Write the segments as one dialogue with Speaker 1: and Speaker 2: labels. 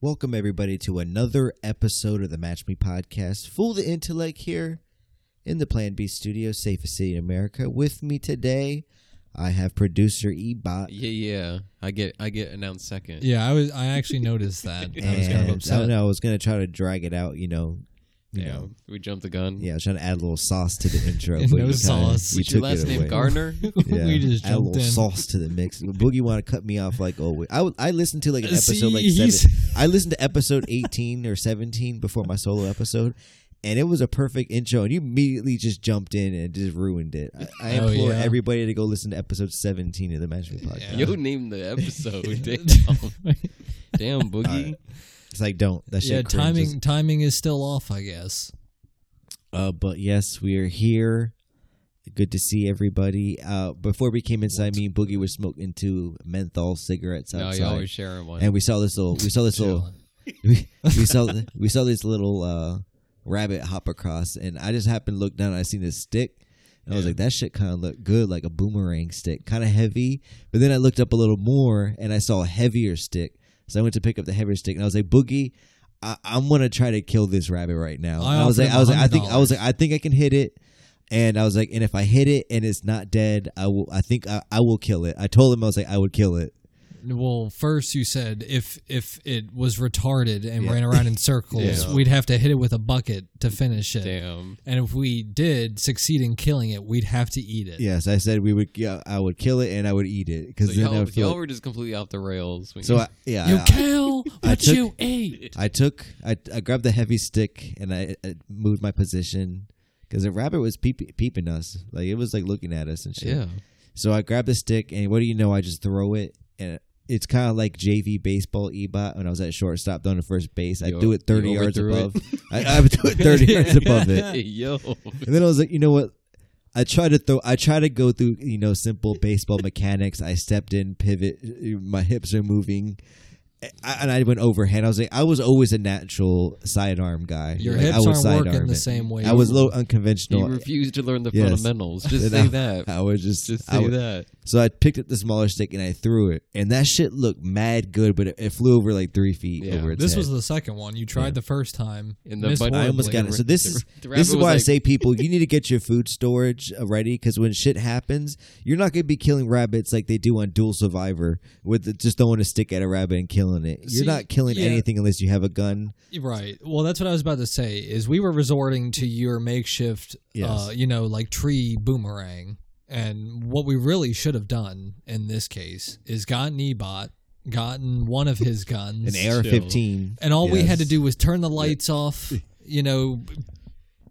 Speaker 1: Welcome, everybody, to another episode of the Match Me podcast. Fool the Intellect here in the Plan B studio, safest city in America. With me today, I have producer Ebot.
Speaker 2: Yeah, yeah. I get I get announced second.
Speaker 3: Yeah, I was. I actually noticed that. I was kind
Speaker 1: And
Speaker 3: of
Speaker 1: I
Speaker 3: upset.
Speaker 1: don't know, I was going to try to drag it out, you know. You
Speaker 2: Damn,
Speaker 1: know.
Speaker 2: we jumped the gun.
Speaker 1: Yeah, I was trying to add a little sauce to the intro.
Speaker 3: No
Speaker 1: but you kinda-
Speaker 3: sauce.
Speaker 1: you
Speaker 2: What's your
Speaker 1: took
Speaker 2: last
Speaker 1: it
Speaker 2: name,
Speaker 1: away.
Speaker 2: Garner?
Speaker 1: Yeah,
Speaker 3: we just
Speaker 1: add a
Speaker 3: jumped
Speaker 1: little
Speaker 3: in.
Speaker 1: sauce to the mix. Boogie want to cut me off like always. I would- I listened to like an episode
Speaker 3: See,
Speaker 1: like
Speaker 3: he's-
Speaker 1: seven. I listened to episode eighteen or seventeen before my solo episode, and it was a perfect intro. And you immediately just jumped in and just ruined it. I, I
Speaker 3: Oh,
Speaker 1: implore
Speaker 3: yeah.
Speaker 1: everybody to go listen to episode seventeen of the Matchroom Podcast.
Speaker 2: Yo, name the episode. Damn,
Speaker 3: yeah,
Speaker 2: Damn, Boogie.
Speaker 1: Alright. It's like don't that shit.
Speaker 3: timing
Speaker 1: cringes.
Speaker 3: timing is still off, I guess.
Speaker 1: Uh, but yes, we are here. Good to see everybody. Uh, before we came inside, me and Boogie were smoking two menthol cigarettes
Speaker 2: No,
Speaker 1: outside.
Speaker 2: you always sharing one.
Speaker 1: and we saw this little we saw this little
Speaker 3: Chilling.
Speaker 1: we, we saw we saw this little uh rabbit hop across and i just happened to look down and i seen this stick and i was
Speaker 2: Yeah.
Speaker 1: like that shit kind of looked good like a boomerang stick kind of heavy but then i looked up a little more and i saw a heavier stick so i went to pick up the heavier stick and i was like boogie I, i'm gonna try to kill this rabbit right now
Speaker 3: I
Speaker 1: And I was
Speaker 3: offered
Speaker 1: like i
Speaker 3: him
Speaker 1: was like i think i
Speaker 3: $100.
Speaker 1: was like i think i can hit it and I was like, and if I hit it and it's not dead, I will. I think I, I will kill it. I told him I was like, I would kill it.
Speaker 3: Well, first you said if if it was retarded and
Speaker 1: Yeah.
Speaker 3: ran around in circles,
Speaker 2: Yeah.
Speaker 3: we'd have to hit it with a bucket to finish it.
Speaker 2: Damn.
Speaker 3: And if we did succeed in killing it, we'd have to eat it.
Speaker 1: Yes, I said we would. Yeah, I would kill it and I would eat it because
Speaker 2: So
Speaker 1: then I
Speaker 2: y'all,
Speaker 1: would feel.
Speaker 2: y'all were just completely off the rails. when
Speaker 1: so
Speaker 2: you-
Speaker 1: I, yeah,
Speaker 3: You
Speaker 1: I,
Speaker 3: kill
Speaker 1: I
Speaker 3: what
Speaker 1: took-
Speaker 3: you ate.
Speaker 1: I took. I, I grabbed the heavy stick and I, I moved my position because the rabbit was peep, peeping us. Like it was like looking at us and shit.
Speaker 2: yeah.
Speaker 1: So I grabbed the stick and what do you know? I just throw it and. It's kind of like JV baseball ebot when I was at shortstop down to first base. I
Speaker 2: You-
Speaker 1: do it thirty
Speaker 2: you
Speaker 1: yards
Speaker 2: overthrew it?
Speaker 1: above. I, I would do it thirty yards above it.
Speaker 2: Hey, yo.
Speaker 1: And then I was like, you know what? I tried to throw. I tried to go through, you know, simple baseball mechanics. I stepped in, pivot. My hips are moving, I, and I went overhand. I was like, I was always a natural sidearm guy.
Speaker 3: Your
Speaker 1: Like, I
Speaker 3: hips
Speaker 1: was
Speaker 3: aren't working
Speaker 1: sidearming.
Speaker 3: the same way.
Speaker 1: I was a
Speaker 3: you
Speaker 1: little
Speaker 2: You
Speaker 1: unconventional.
Speaker 2: refused to learn the
Speaker 1: Yes.
Speaker 2: fundamentals. Just
Speaker 1: And I-
Speaker 2: say that.
Speaker 1: I was just,
Speaker 2: Just
Speaker 1: I
Speaker 2: say
Speaker 1: was-
Speaker 2: that.
Speaker 1: So I picked up the smaller stick and I threw it, and that shit looked mad good, but it, it flew over like three feet
Speaker 2: Yeah.
Speaker 1: over its
Speaker 3: This
Speaker 1: head.
Speaker 3: was the second one. You tried the first time.
Speaker 2: In the
Speaker 3: Missed
Speaker 2: bun-
Speaker 1: I almost
Speaker 3: horribly.
Speaker 1: got it. So this
Speaker 2: The-
Speaker 1: is this is
Speaker 2: the rabbit was
Speaker 1: why I
Speaker 2: like-
Speaker 1: say people, you need to get your food storage uh, ready because when shit happens, you're not going to be killing rabbits like they do on Dual Survivor with the, just throwing a stick at a rabbit and killing it. You're
Speaker 3: See,
Speaker 1: not killing
Speaker 3: yeah.
Speaker 1: anything unless you have a gun.
Speaker 3: Right. Well, that's what I was about to say. Is we were resorting to your makeshift, uh,
Speaker 1: Yes.
Speaker 3: you know, like tree boomerang, and what we really should have done in this case is gotten Ebot, gotten one of his
Speaker 1: An
Speaker 3: guns,
Speaker 1: AR-15.
Speaker 3: and all we had to
Speaker 1: Yes.
Speaker 3: do was turn the lights off. You know,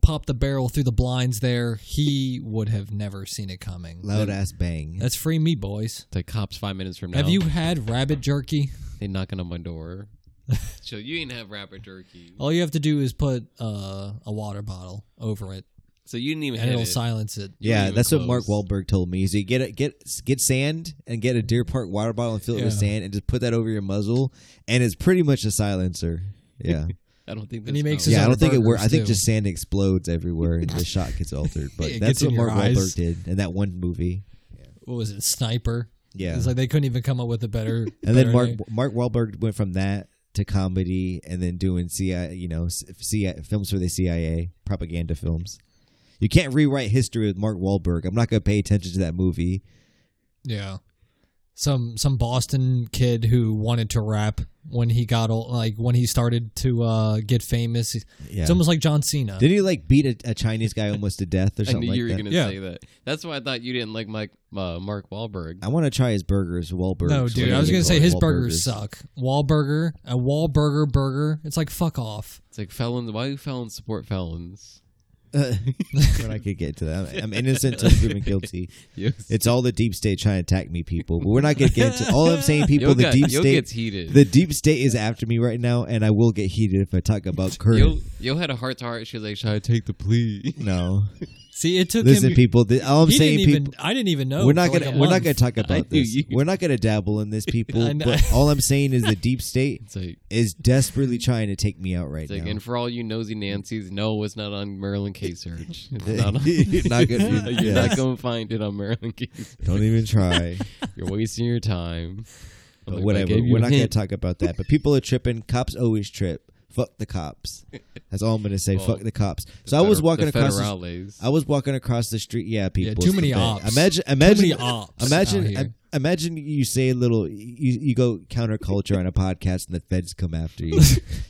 Speaker 3: pop the barrel through the blinds. There, he would have never seen it coming.
Speaker 1: Loud ass bang.
Speaker 3: That's free me, boys.
Speaker 2: The cops five minutes from now.
Speaker 3: Have you had rabbit jerky?
Speaker 2: They knocking on my door. so you didn't have rabbit jerky.
Speaker 3: All you have to do is put uh, a water bottle over it,
Speaker 2: So you didn't even
Speaker 3: and
Speaker 2: hit
Speaker 3: it'll
Speaker 2: it.
Speaker 3: silence it.
Speaker 1: yeah,
Speaker 2: even
Speaker 1: that's what Mark
Speaker 2: close.
Speaker 1: Wahlberg told me. Is you get a, get get sand and get a Deer Park water bottle and fill it with
Speaker 3: Yeah.
Speaker 1: sand and just put that over your muzzle, and it's pretty much a silencer. Yeah.
Speaker 2: I don't think.
Speaker 3: And he
Speaker 2: that's
Speaker 3: makes
Speaker 2: how
Speaker 3: his
Speaker 1: yeah, I
Speaker 3: other
Speaker 1: don't think it
Speaker 3: burgers,
Speaker 1: works. I think
Speaker 3: too.
Speaker 1: just sand explodes everywhere and the shot gets altered. But
Speaker 3: It
Speaker 1: that's
Speaker 3: gets in
Speaker 1: what
Speaker 3: your
Speaker 1: Mark
Speaker 3: eyes.
Speaker 1: Wahlberg did in that one movie.
Speaker 3: what was it, Sniper?
Speaker 1: Yeah,
Speaker 3: It's like they couldn't even come up with a better.
Speaker 1: and then
Speaker 3: better
Speaker 1: Mark
Speaker 3: name.
Speaker 1: Mark Wahlberg went from that to comedy, and then doing CIA, you know, CIA, films for the CIA, propaganda films. You can't rewrite history with Mark Wahlberg. I'm not going to pay attention to that movie.
Speaker 3: yeah, some some Boston kid who wanted to rap when he got old, like when he started to uh, get famous.
Speaker 1: Yeah.
Speaker 3: It's almost like John Cena.
Speaker 1: Didn't he like beat a, a Chinese guy almost to death or
Speaker 2: I
Speaker 1: something
Speaker 2: knew you were
Speaker 1: like that?
Speaker 2: gonna
Speaker 3: Yeah.
Speaker 2: say that. That's why I thought you didn't like Mike uh, Mark Wahlberg.
Speaker 1: I want to try his burgers, Wahlberg.
Speaker 3: no, dude, I was gonna say his burgers suck. Wahlburger, a Wahlburger burger. It's like fuck off.
Speaker 2: It's like felons. Why do felons support felons?
Speaker 1: when I could get to that, I'm- I'm innocent until proven guilty.
Speaker 2: Yes.
Speaker 1: It's all the deep state trying to attack me, people. But we're not going to get into all I'm saying, people.
Speaker 2: Yo
Speaker 1: the
Speaker 2: got-
Speaker 1: deep
Speaker 2: yo
Speaker 1: state,
Speaker 2: gets heated.
Speaker 1: the deep state is after me right now, and I will get heated if I talk about current.
Speaker 2: Yo, yo had a heart to heart. She was like, "Should I take the plea?"
Speaker 1: No,
Speaker 3: See, it took
Speaker 1: listen,
Speaker 3: him.
Speaker 1: people. The, all I'm
Speaker 3: he
Speaker 1: saying,
Speaker 3: didn't even.
Speaker 1: people.
Speaker 3: I didn't even know.
Speaker 1: We're not
Speaker 3: for like
Speaker 1: gonna
Speaker 3: a
Speaker 1: we're not
Speaker 3: month.
Speaker 1: gonna talk
Speaker 2: I
Speaker 1: about
Speaker 2: knew
Speaker 1: this.
Speaker 2: you-
Speaker 1: We're not gonna dabble in this, people.
Speaker 3: I know.
Speaker 1: But all I'm saying is the deep state
Speaker 2: It's like,
Speaker 1: is desperately trying to take me out right
Speaker 2: it's like,
Speaker 1: now.
Speaker 2: and for all you nosy Nancys, no, it's not on Maryland K Search. It's not. On,
Speaker 1: Not good.
Speaker 2: You're
Speaker 1: Yes.
Speaker 2: not gonna find it on Maryland K. Search.
Speaker 1: Don't even try.
Speaker 2: You're wasting your time.
Speaker 1: But
Speaker 2: I'm like, I
Speaker 1: whatever.
Speaker 2: gave you
Speaker 1: We're
Speaker 2: a
Speaker 1: not going to
Speaker 2: hint.
Speaker 1: talk about that. But people are tripping. Cops always trip. Fuck the cops. That's all I'm going to say.
Speaker 2: Well,
Speaker 1: Fuck the cops. So
Speaker 2: The
Speaker 1: I was
Speaker 2: feder-
Speaker 1: walking
Speaker 2: the
Speaker 1: across. The,
Speaker 2: federales.
Speaker 1: I was walking across the street. Yeah, people.
Speaker 3: Yeah,
Speaker 1: it's
Speaker 3: too
Speaker 1: the
Speaker 3: many
Speaker 1: thing.
Speaker 3: ops.
Speaker 1: Imagine, imagine,
Speaker 3: many ops out
Speaker 1: imagine,
Speaker 3: here.
Speaker 1: im- imagine you say a little. You, you go counterculture on a podcast, and the feds come after you,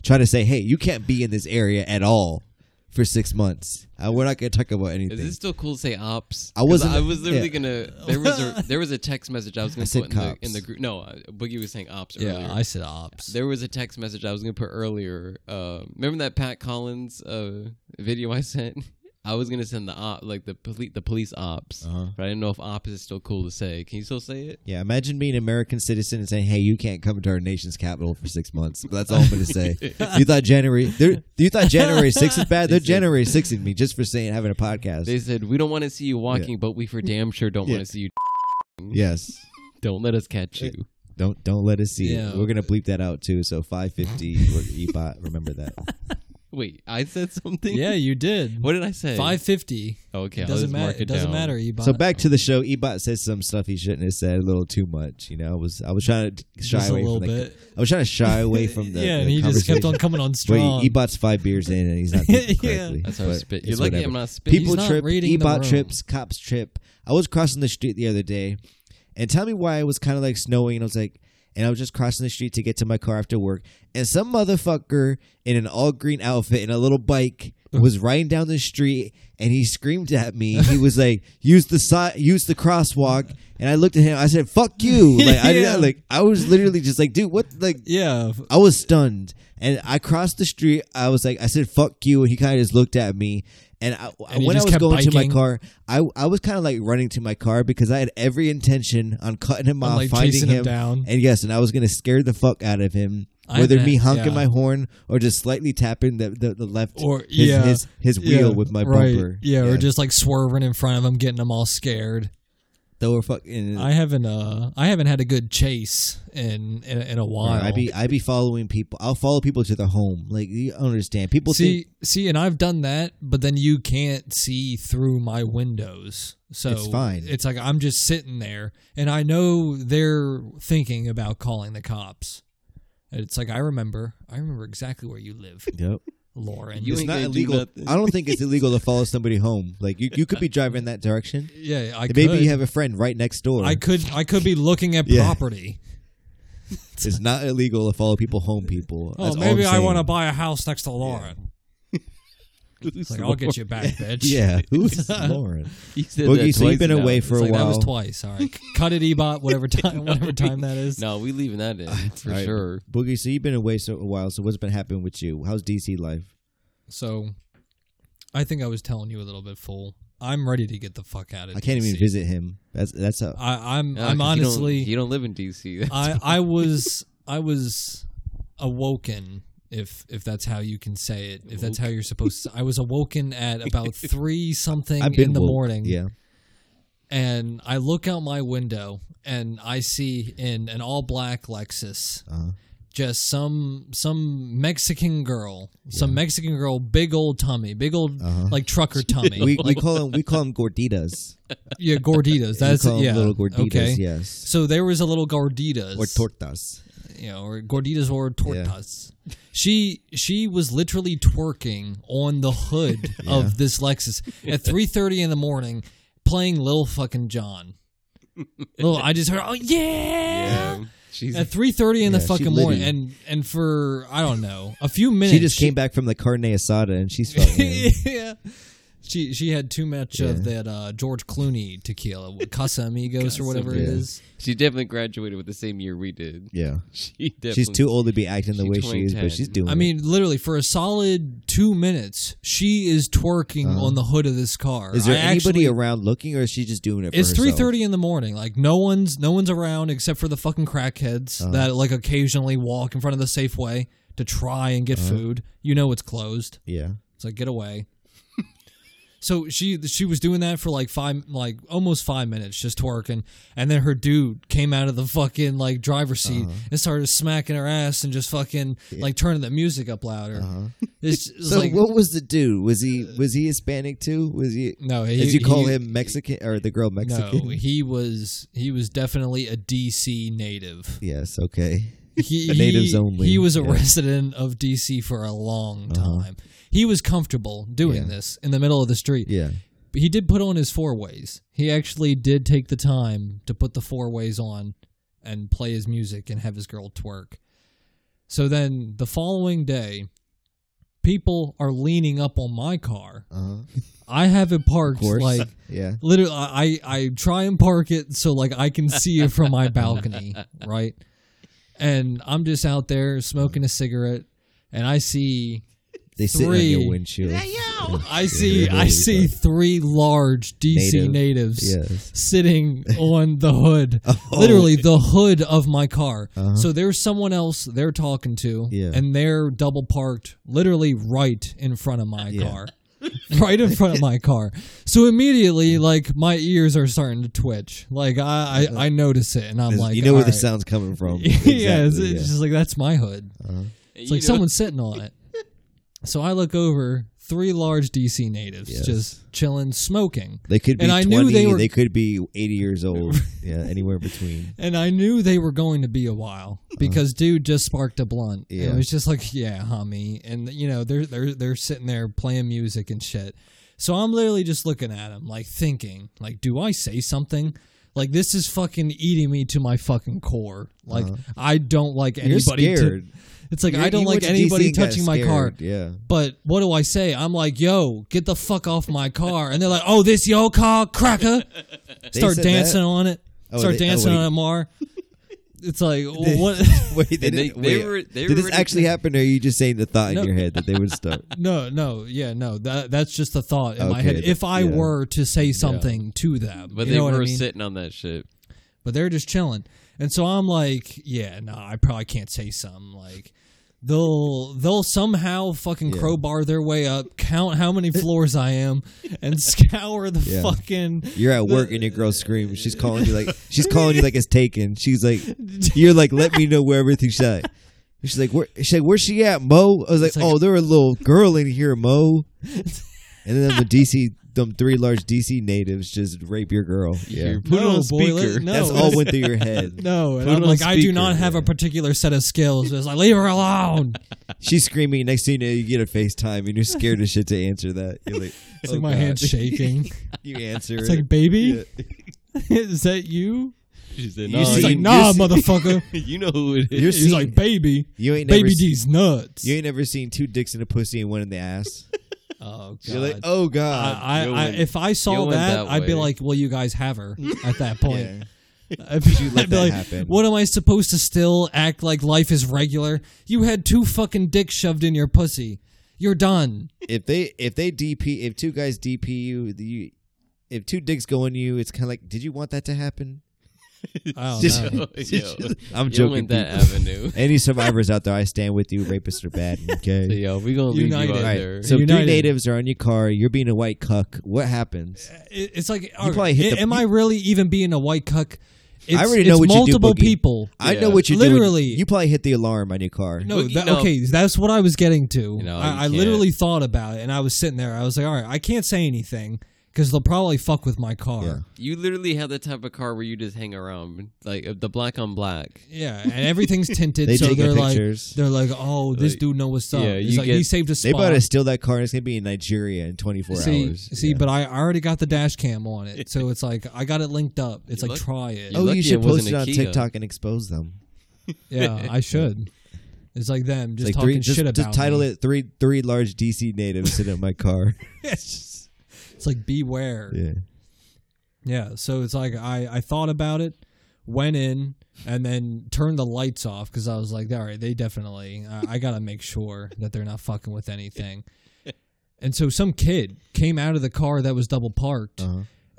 Speaker 1: trying to say, "Hey, you can't be in this area at all for six months." Uh, we're not going to talk about anything.
Speaker 2: Is it still cool to say ops?
Speaker 1: I
Speaker 2: 'Cause
Speaker 1: wasn't-
Speaker 2: I was literally
Speaker 1: yeah.
Speaker 2: gonna. There was a there was a text message I was gonna
Speaker 1: I said
Speaker 2: put in the, in
Speaker 1: cops.
Speaker 2: the group. No, uh, Boogie was saying ops
Speaker 3: Yeah,
Speaker 2: earlier.
Speaker 3: I said ops.
Speaker 2: there was a text message I was gonna put earlier. Uh, remember that Pat Collins uh, video I sent? I was gonna send the op, like the police, the police ops,
Speaker 1: Uh-huh.
Speaker 2: but I didn't know if ops is still cool to say. Can you still say it?
Speaker 1: Yeah, imagine being an American citizen and saying, "Hey, you can't come to our nation's capital for six months." That's all I'm going to say. you thought January, they're- you thought January six is bad. They're January six me just for saying having a podcast.
Speaker 2: They said we don't want to see you walking, but we for damn sure don't
Speaker 1: Yeah.
Speaker 2: want to see you.
Speaker 1: yes,
Speaker 2: Don't let us catch you.
Speaker 1: don't don't let us see
Speaker 3: Yeah.
Speaker 1: it. We're going to bleep that out too. So five fifty ebot. Remember that.
Speaker 2: Wait, I said something.
Speaker 3: yeah, you did.
Speaker 2: What did I say?
Speaker 3: Five fifty.
Speaker 2: Okay,
Speaker 3: It
Speaker 2: I'll
Speaker 3: doesn't
Speaker 2: just
Speaker 3: matter.
Speaker 2: mark
Speaker 3: It doesn't
Speaker 2: down.
Speaker 3: matter. Ebot.
Speaker 1: So back to the show. Ebot said some stuff he shouldn't have said. A little too much. You know, I was I was trying to shy
Speaker 3: Just a
Speaker 1: away
Speaker 3: little
Speaker 1: from the,
Speaker 3: bit.
Speaker 1: I was trying to shy away from the.
Speaker 3: yeah,
Speaker 1: the
Speaker 3: and he just kept
Speaker 1: conversation.
Speaker 3: on coming on strong.
Speaker 1: Wait, Ebot's five beers in and he's not thinking
Speaker 3: Yeah.
Speaker 1: correctly.
Speaker 2: That's how I
Speaker 1: but
Speaker 2: spit.
Speaker 1: it's
Speaker 2: You're lucky
Speaker 1: whatever.
Speaker 2: I'm not spitting.
Speaker 1: People
Speaker 3: He's not
Speaker 1: trip,
Speaker 3: reading the
Speaker 1: Ebot
Speaker 3: room.
Speaker 1: trips, cops trip. I was crossing the street the other day, and tell me why it was kind of like snowing, and I was like, and I was just crossing the street to get to my car after work, and some motherfucker in an all green outfit and a little bike was riding down the street, and he screamed at me. He was like, "Use the si- use the crosswalk," and I looked at him. I said, "Fuck you!" Like I
Speaker 3: Yeah.
Speaker 1: didn't like I was literally just like, dude, what like
Speaker 3: yeah,
Speaker 1: I was stunned, and I crossed the street. I was like, I said, "Fuck you," and he kind of just looked at me. And, I,
Speaker 3: you
Speaker 1: when I
Speaker 3: just
Speaker 1: was
Speaker 3: kept
Speaker 1: going to my
Speaker 3: biking?
Speaker 1: car, I I was kind of like running to my car because I had every intention on cutting him
Speaker 3: I'm
Speaker 1: off,
Speaker 3: like
Speaker 1: finding
Speaker 3: chasing
Speaker 1: him,
Speaker 3: him down.
Speaker 1: and yes, and I was gonna scare the fuck out of him.
Speaker 3: I
Speaker 1: Whether
Speaker 3: bet,
Speaker 1: me honking my
Speaker 3: yeah.
Speaker 1: horn or just slightly tapping the, the, the left
Speaker 3: Or-
Speaker 1: his,
Speaker 3: yeah,
Speaker 1: his his wheel with my
Speaker 3: right.
Speaker 1: bumper,
Speaker 3: Yeah, or just like swerving in front of him, getting them all scared.
Speaker 1: they were fucking.
Speaker 3: I haven't uh I haven't had a good chase in in, in a while.
Speaker 1: I be I be following people. I'll follow people to their home. Like you understand, people
Speaker 3: see
Speaker 1: think
Speaker 3: see, and I've done that, but then you can't see through my windows, so
Speaker 1: It's fine.
Speaker 3: It's like I'm just sitting there, and I know they're thinking about calling the cops. And It's like I remember, I remember exactly where you live,
Speaker 1: Yep.
Speaker 3: Lauren.
Speaker 2: You
Speaker 1: it's
Speaker 2: ain't
Speaker 1: not
Speaker 2: gonna do
Speaker 1: illegal.
Speaker 2: nothing.
Speaker 1: I don't think it's illegal to follow somebody home. Like you, you could be driving that direction.
Speaker 3: yeah, I
Speaker 1: And maybe
Speaker 3: could,
Speaker 1: you have a friend right next door.
Speaker 3: I could, I could be looking at
Speaker 1: Yeah.
Speaker 3: property.
Speaker 1: it's not illegal to follow people home. People.
Speaker 3: Oh,
Speaker 1: That's all
Speaker 3: maybe
Speaker 1: I'm
Speaker 3: I
Speaker 1: saying.
Speaker 3: want to buy a house next to Lauren. It's like I'll get you back, bitch.
Speaker 1: Yeah, who's Lauren?
Speaker 2: You said
Speaker 1: Boogie,
Speaker 2: that
Speaker 1: so you've
Speaker 2: twice
Speaker 1: been
Speaker 2: now.
Speaker 1: away for
Speaker 3: It's
Speaker 1: a
Speaker 3: like,
Speaker 1: while.
Speaker 3: That was twice. All right, cut it, Ebot. Whatever time, whatever time that is.
Speaker 2: No, we leaving that in for
Speaker 1: All right,
Speaker 2: sure.
Speaker 1: Boogie, so you've been away so a while. So what's been happening with you? How's DC life?
Speaker 3: So, I think I was telling you a little bit full. I'm ready to get the fuck out of.
Speaker 1: I can't even
Speaker 3: DC.
Speaker 1: visit him. That's that's how.
Speaker 3: I, I'm.
Speaker 2: Yeah, 'cause you
Speaker 3: I'm
Speaker 2: don't-
Speaker 3: honestly.
Speaker 2: you don't, live in DC.
Speaker 3: I. I was. I was awoken. If if that's how you can say it, if that's how you're supposed to, I was awoken at about three something
Speaker 1: I've been
Speaker 3: in the
Speaker 1: woke.
Speaker 3: morning.
Speaker 1: Yeah,
Speaker 3: and I look out my window and I see in an all black Lexus
Speaker 1: Uh-huh.
Speaker 3: just some some Mexican girl, some Mexican girl, big old tummy, big old like trucker tummy.
Speaker 1: Uh-huh. we we call him we call him gorditas.
Speaker 3: yeah, gorditas. That's
Speaker 1: we call 'em
Speaker 3: yeah.
Speaker 1: little gorditas.
Speaker 3: okay.
Speaker 1: Yes,
Speaker 3: So there was a little gorditas
Speaker 1: or tortas.
Speaker 3: you know, or gorditas or tortas. She she was literally twerking on the hood of this Lexus at three thirty in the morning, playing Lil fucking John. Lil, I just heard, oh yeah,
Speaker 2: Yeah. She's
Speaker 3: at three thirty in the
Speaker 1: Yeah, she
Speaker 3: fucking morning,
Speaker 1: litty.
Speaker 3: and and for I don't know a few minutes.
Speaker 1: She just came back from the carne asada and she's fucking.
Speaker 3: yeah. She she had too much of that uh, George Clooney tequila, Casa Amigos or whatever it
Speaker 1: Casamigos.
Speaker 3: is.
Speaker 2: she definitely graduated with the same year we did.
Speaker 1: yeah.
Speaker 2: She definitely.
Speaker 1: She's too old to be acting the
Speaker 2: She's
Speaker 1: way she is,
Speaker 2: 2010.
Speaker 1: but she's doing.
Speaker 3: I
Speaker 1: it.
Speaker 3: mean, literally for a solid two minutes, she is twerking on the hood of this car.
Speaker 1: Uh-huh. Is there
Speaker 3: I
Speaker 1: anybody
Speaker 3: actually-
Speaker 1: around looking, or is she just doing it? For
Speaker 3: It's three
Speaker 1: herself?
Speaker 3: thirty in the morning. Like no one's no one's around except for the fucking crackheads
Speaker 1: Uh-huh.
Speaker 3: that like occasionally walk in front of the Safeway
Speaker 1: Uh-huh.
Speaker 3: to try and get food. You know it's closed.
Speaker 1: Yeah.
Speaker 3: It's like get away. So she she was doing that for like five, like almost five minutes, just twerking, and then her dude came out of the fucking like driver's seat
Speaker 1: Uh-huh.
Speaker 3: and started smacking her ass and just fucking like turning the music up louder. It's, it's
Speaker 1: Uh-huh. So
Speaker 3: like
Speaker 1: what was the dude? Was he was he Hispanic too? Was he?
Speaker 3: no, he,
Speaker 1: Did you call
Speaker 3: he-
Speaker 1: him Mexican or the girl Mexican?
Speaker 3: No, he was he was definitely a DC native.
Speaker 1: yes. Okay.
Speaker 3: He,
Speaker 1: The natives
Speaker 3: he-
Speaker 1: only,
Speaker 3: He was a
Speaker 1: yeah. Uh-huh.
Speaker 3: resident of DC for a long time. He was comfortable doing
Speaker 1: Yeah.
Speaker 3: this in the middle of the street.
Speaker 1: Yeah.
Speaker 3: He did put on his four ways. He actually did take the time to put the four ways on and play his music and have his girl twerk. So then the following day, people are leaning up on my car.
Speaker 1: Uh-huh.
Speaker 3: I have it parked
Speaker 1: course.
Speaker 3: like
Speaker 1: Yeah.
Speaker 3: literally I, I I try and park it so like I can see it from my balcony, right? And I'm just out there smoking a cigarette and I see
Speaker 1: They sit on
Speaker 3: Three.
Speaker 1: your windshield.
Speaker 3: I see
Speaker 1: yeah,
Speaker 3: I
Speaker 1: yeah,
Speaker 3: see three large DC
Speaker 1: Native.
Speaker 3: natives
Speaker 1: Yes.
Speaker 3: sitting on the hood.
Speaker 1: Oh,
Speaker 3: Literally the hood of my car. So there's someone else they're talking to
Speaker 1: Uh-huh. Yeah.
Speaker 3: and they're double parked literally right in front of my
Speaker 1: Yeah.
Speaker 3: car. right in front of my car. So immediately like my ears are starting to twitch. Like I I, I notice it and I'm like
Speaker 1: Uh-huh. you know where the
Speaker 3: "Alright."
Speaker 1: sound's coming from.
Speaker 3: yeah, it's,
Speaker 1: Exactly,
Speaker 3: it's
Speaker 1: yeah.
Speaker 3: just like that's my hood. It's like
Speaker 2: You know-
Speaker 3: someone's sitting on it. So I look over, three large DC natives
Speaker 1: Yes.
Speaker 3: just chilling, smoking.
Speaker 1: They could be
Speaker 3: and I
Speaker 1: 20,
Speaker 3: knew they
Speaker 1: they,
Speaker 3: were-
Speaker 1: could be 80 years old. yeah, anywhere between.
Speaker 3: And I knew they were going to be a while because dude just sparked a blunt. Yeah.
Speaker 1: Uh-huh. Yeah.
Speaker 3: it was just like, yeah, homie. And you know, they're they're they're sitting there playing music and shit. So I'm literally just looking at him, like thinking, like, do I say something? Like this is fucking eating me to my fucking core. Like I don't like
Speaker 1: Uh-huh. You're
Speaker 3: anybody. to-
Speaker 1: scared.
Speaker 3: it's like
Speaker 1: You're-
Speaker 3: I don't
Speaker 1: you
Speaker 3: like
Speaker 1: went to DC
Speaker 3: anybody
Speaker 1: and got
Speaker 3: touching my
Speaker 1: scared.
Speaker 3: car.
Speaker 1: Yeah.
Speaker 3: But what do I say? I'm like, yo, get the fuck off my car. And they're like, oh, this yo car, cracker.
Speaker 1: They
Speaker 3: Start
Speaker 1: said
Speaker 3: dancing
Speaker 1: that?
Speaker 3: on it.
Speaker 1: Oh,
Speaker 3: Start
Speaker 1: they- oh,
Speaker 3: dancing
Speaker 1: wait.
Speaker 3: on it, Mar. It's like,
Speaker 1: They-
Speaker 3: what?
Speaker 1: Wait, they,
Speaker 2: They-
Speaker 1: didn't-
Speaker 2: they
Speaker 1: wait,
Speaker 2: were- they
Speaker 1: did
Speaker 2: were
Speaker 1: this
Speaker 2: already-
Speaker 1: actually happen, or are you just saying the thought
Speaker 3: No.
Speaker 1: in your head that they would start?
Speaker 3: No, no, yeah, no. That that's just a thought in my
Speaker 1: Okay,
Speaker 3: head. If I
Speaker 1: yeah.
Speaker 3: were to say something to them,
Speaker 2: But
Speaker 3: you
Speaker 2: they
Speaker 3: know
Speaker 2: were
Speaker 3: what I mean?
Speaker 2: sitting on that shit.
Speaker 3: but they're just chilling. And so I'm like, yeah, no, I probably can't say something like they'll they'll somehow fucking crowbar their way up, count how many floors I am, and scour the
Speaker 1: Yeah.
Speaker 3: fucking
Speaker 1: You're at work and your girl screams. She's calling you like she's calling you like it's taken. She's like, you're like, let me know where everything's at. She's like, where? She's like, where's she at, Mo? I was like,
Speaker 3: like-
Speaker 1: oh, there a little girl in here, Mo. And then the DC, them three large DC natives just rape your girl. Yeah,
Speaker 2: You're- Put it on
Speaker 3: boy, let-
Speaker 2: speaker.
Speaker 3: no,
Speaker 1: that's all went through your head.
Speaker 3: No, and
Speaker 2: Put it
Speaker 3: I'm
Speaker 2: on
Speaker 3: like, I do
Speaker 2: speaker,
Speaker 3: not have a
Speaker 1: yeah.
Speaker 3: particular set of skills. It's like, leave her alone.
Speaker 1: She's screaming. Next thing you know, you get a FaceTime and you're scared as shit to answer that. You're like,
Speaker 3: It's
Speaker 1: oh,
Speaker 3: like my
Speaker 1: God.
Speaker 3: hand's shaking.
Speaker 1: You answer.
Speaker 3: It's
Speaker 1: it.
Speaker 3: like, baby,
Speaker 1: Yeah.
Speaker 3: is that you?
Speaker 2: She said,
Speaker 1: You
Speaker 2: "Nah,
Speaker 1: see-
Speaker 3: He's like,
Speaker 1: you're
Speaker 3: nah,
Speaker 1: se-
Speaker 3: motherfucker.
Speaker 2: you know who it is.
Speaker 1: You're
Speaker 3: He's
Speaker 1: seeing,
Speaker 3: like, baby,
Speaker 1: you ain't never
Speaker 3: baby
Speaker 1: seen-
Speaker 3: D's nuts.
Speaker 1: You ain't never seen two dicks in a pussy and one in the ass.
Speaker 3: Oh god.
Speaker 1: You're like, oh god.
Speaker 3: I,
Speaker 2: you
Speaker 3: I, I,
Speaker 2: went-
Speaker 3: if I
Speaker 2: you
Speaker 3: saw
Speaker 2: went
Speaker 3: that,
Speaker 2: that
Speaker 3: I'd be
Speaker 2: way.
Speaker 3: like, well, you guys have her at that point.
Speaker 1: Yeah.
Speaker 3: I'd be,
Speaker 1: let
Speaker 3: I'd be
Speaker 1: that
Speaker 3: like,
Speaker 1: happen.
Speaker 3: what am I supposed to still act like life is regular? You had two fucking dicks shoved in your pussy. You're done.
Speaker 1: If they if they DP if two guys DP you, the- you if two dicks go in you, it's kind of like, did you want that to happen?
Speaker 3: I don't
Speaker 1: Just-
Speaker 3: know.
Speaker 2: Yo, yo,
Speaker 1: I'm
Speaker 2: you
Speaker 1: joking,
Speaker 2: went that
Speaker 1: people.
Speaker 2: avenue.
Speaker 1: Any survivors out there, I stand with you. Rapists are bad. Okay.
Speaker 2: So, yo, we gonna
Speaker 3: United.
Speaker 2: leave you out
Speaker 1: All right.
Speaker 2: there.
Speaker 1: So
Speaker 3: United.
Speaker 1: three natives are on your car. You're being a white cuck. What happens?
Speaker 3: It- It's like, all
Speaker 1: probably
Speaker 3: right,
Speaker 1: hit
Speaker 3: a-
Speaker 1: the-
Speaker 3: am I really even being a white cuck? It's,
Speaker 1: already know what
Speaker 3: it's
Speaker 1: you do,
Speaker 3: multiple
Speaker 1: Boogie.
Speaker 3: people.
Speaker 1: I know
Speaker 2: Yeah.
Speaker 1: what you
Speaker 3: Literally.
Speaker 1: You probably hit the alarm on your car.
Speaker 3: No,
Speaker 2: Boogie,
Speaker 3: that,
Speaker 2: no.
Speaker 3: okay, that's what I was getting to.
Speaker 2: No, you
Speaker 3: I, I
Speaker 2: can't.
Speaker 3: literally thought about it, and I was sitting there. I was like, all right, I can't say anything because they'll probably fuck with my car.
Speaker 1: Yeah.
Speaker 2: You literally have the type of car where you just hang around, like uh, the black on black.
Speaker 3: Yeah, and everything's tinted,
Speaker 1: They
Speaker 3: so
Speaker 1: taking
Speaker 3: they're
Speaker 1: pictures.
Speaker 3: like, they're like, oh, this
Speaker 2: Like,
Speaker 3: dude know what's up.
Speaker 2: yeah,
Speaker 3: He's
Speaker 2: you
Speaker 3: like,
Speaker 2: get-
Speaker 3: he saved a
Speaker 1: They
Speaker 3: spot.
Speaker 1: about to steal that car. and It's gonna be in Nigeria in 24
Speaker 3: see,
Speaker 1: hours.
Speaker 3: see, but I already got the dash cam on it, so it's like I got it linked up. It's
Speaker 2: You
Speaker 3: like
Speaker 2: look-
Speaker 3: try it.
Speaker 2: you
Speaker 1: oh, you
Speaker 2: lucky it
Speaker 1: should
Speaker 2: wasn't
Speaker 1: post
Speaker 2: a
Speaker 1: it on
Speaker 2: Kia.
Speaker 1: TikTok and expose them.
Speaker 3: Yeah, I should. It's like them just
Speaker 1: like
Speaker 3: talking
Speaker 1: three, just,
Speaker 3: shit about.
Speaker 1: just title
Speaker 3: me.
Speaker 1: it three three large DC natives sit in my car.
Speaker 3: It's like beware.
Speaker 1: Yeah.
Speaker 3: Yeah, so it's like I I thought about it, went in, and then turned the lights off because I was like, all right, they definitely I, I gotta make sure that they're not fucking
Speaker 1: Uh-huh.
Speaker 3: with anything. And so some kid came out of the car that was double parked,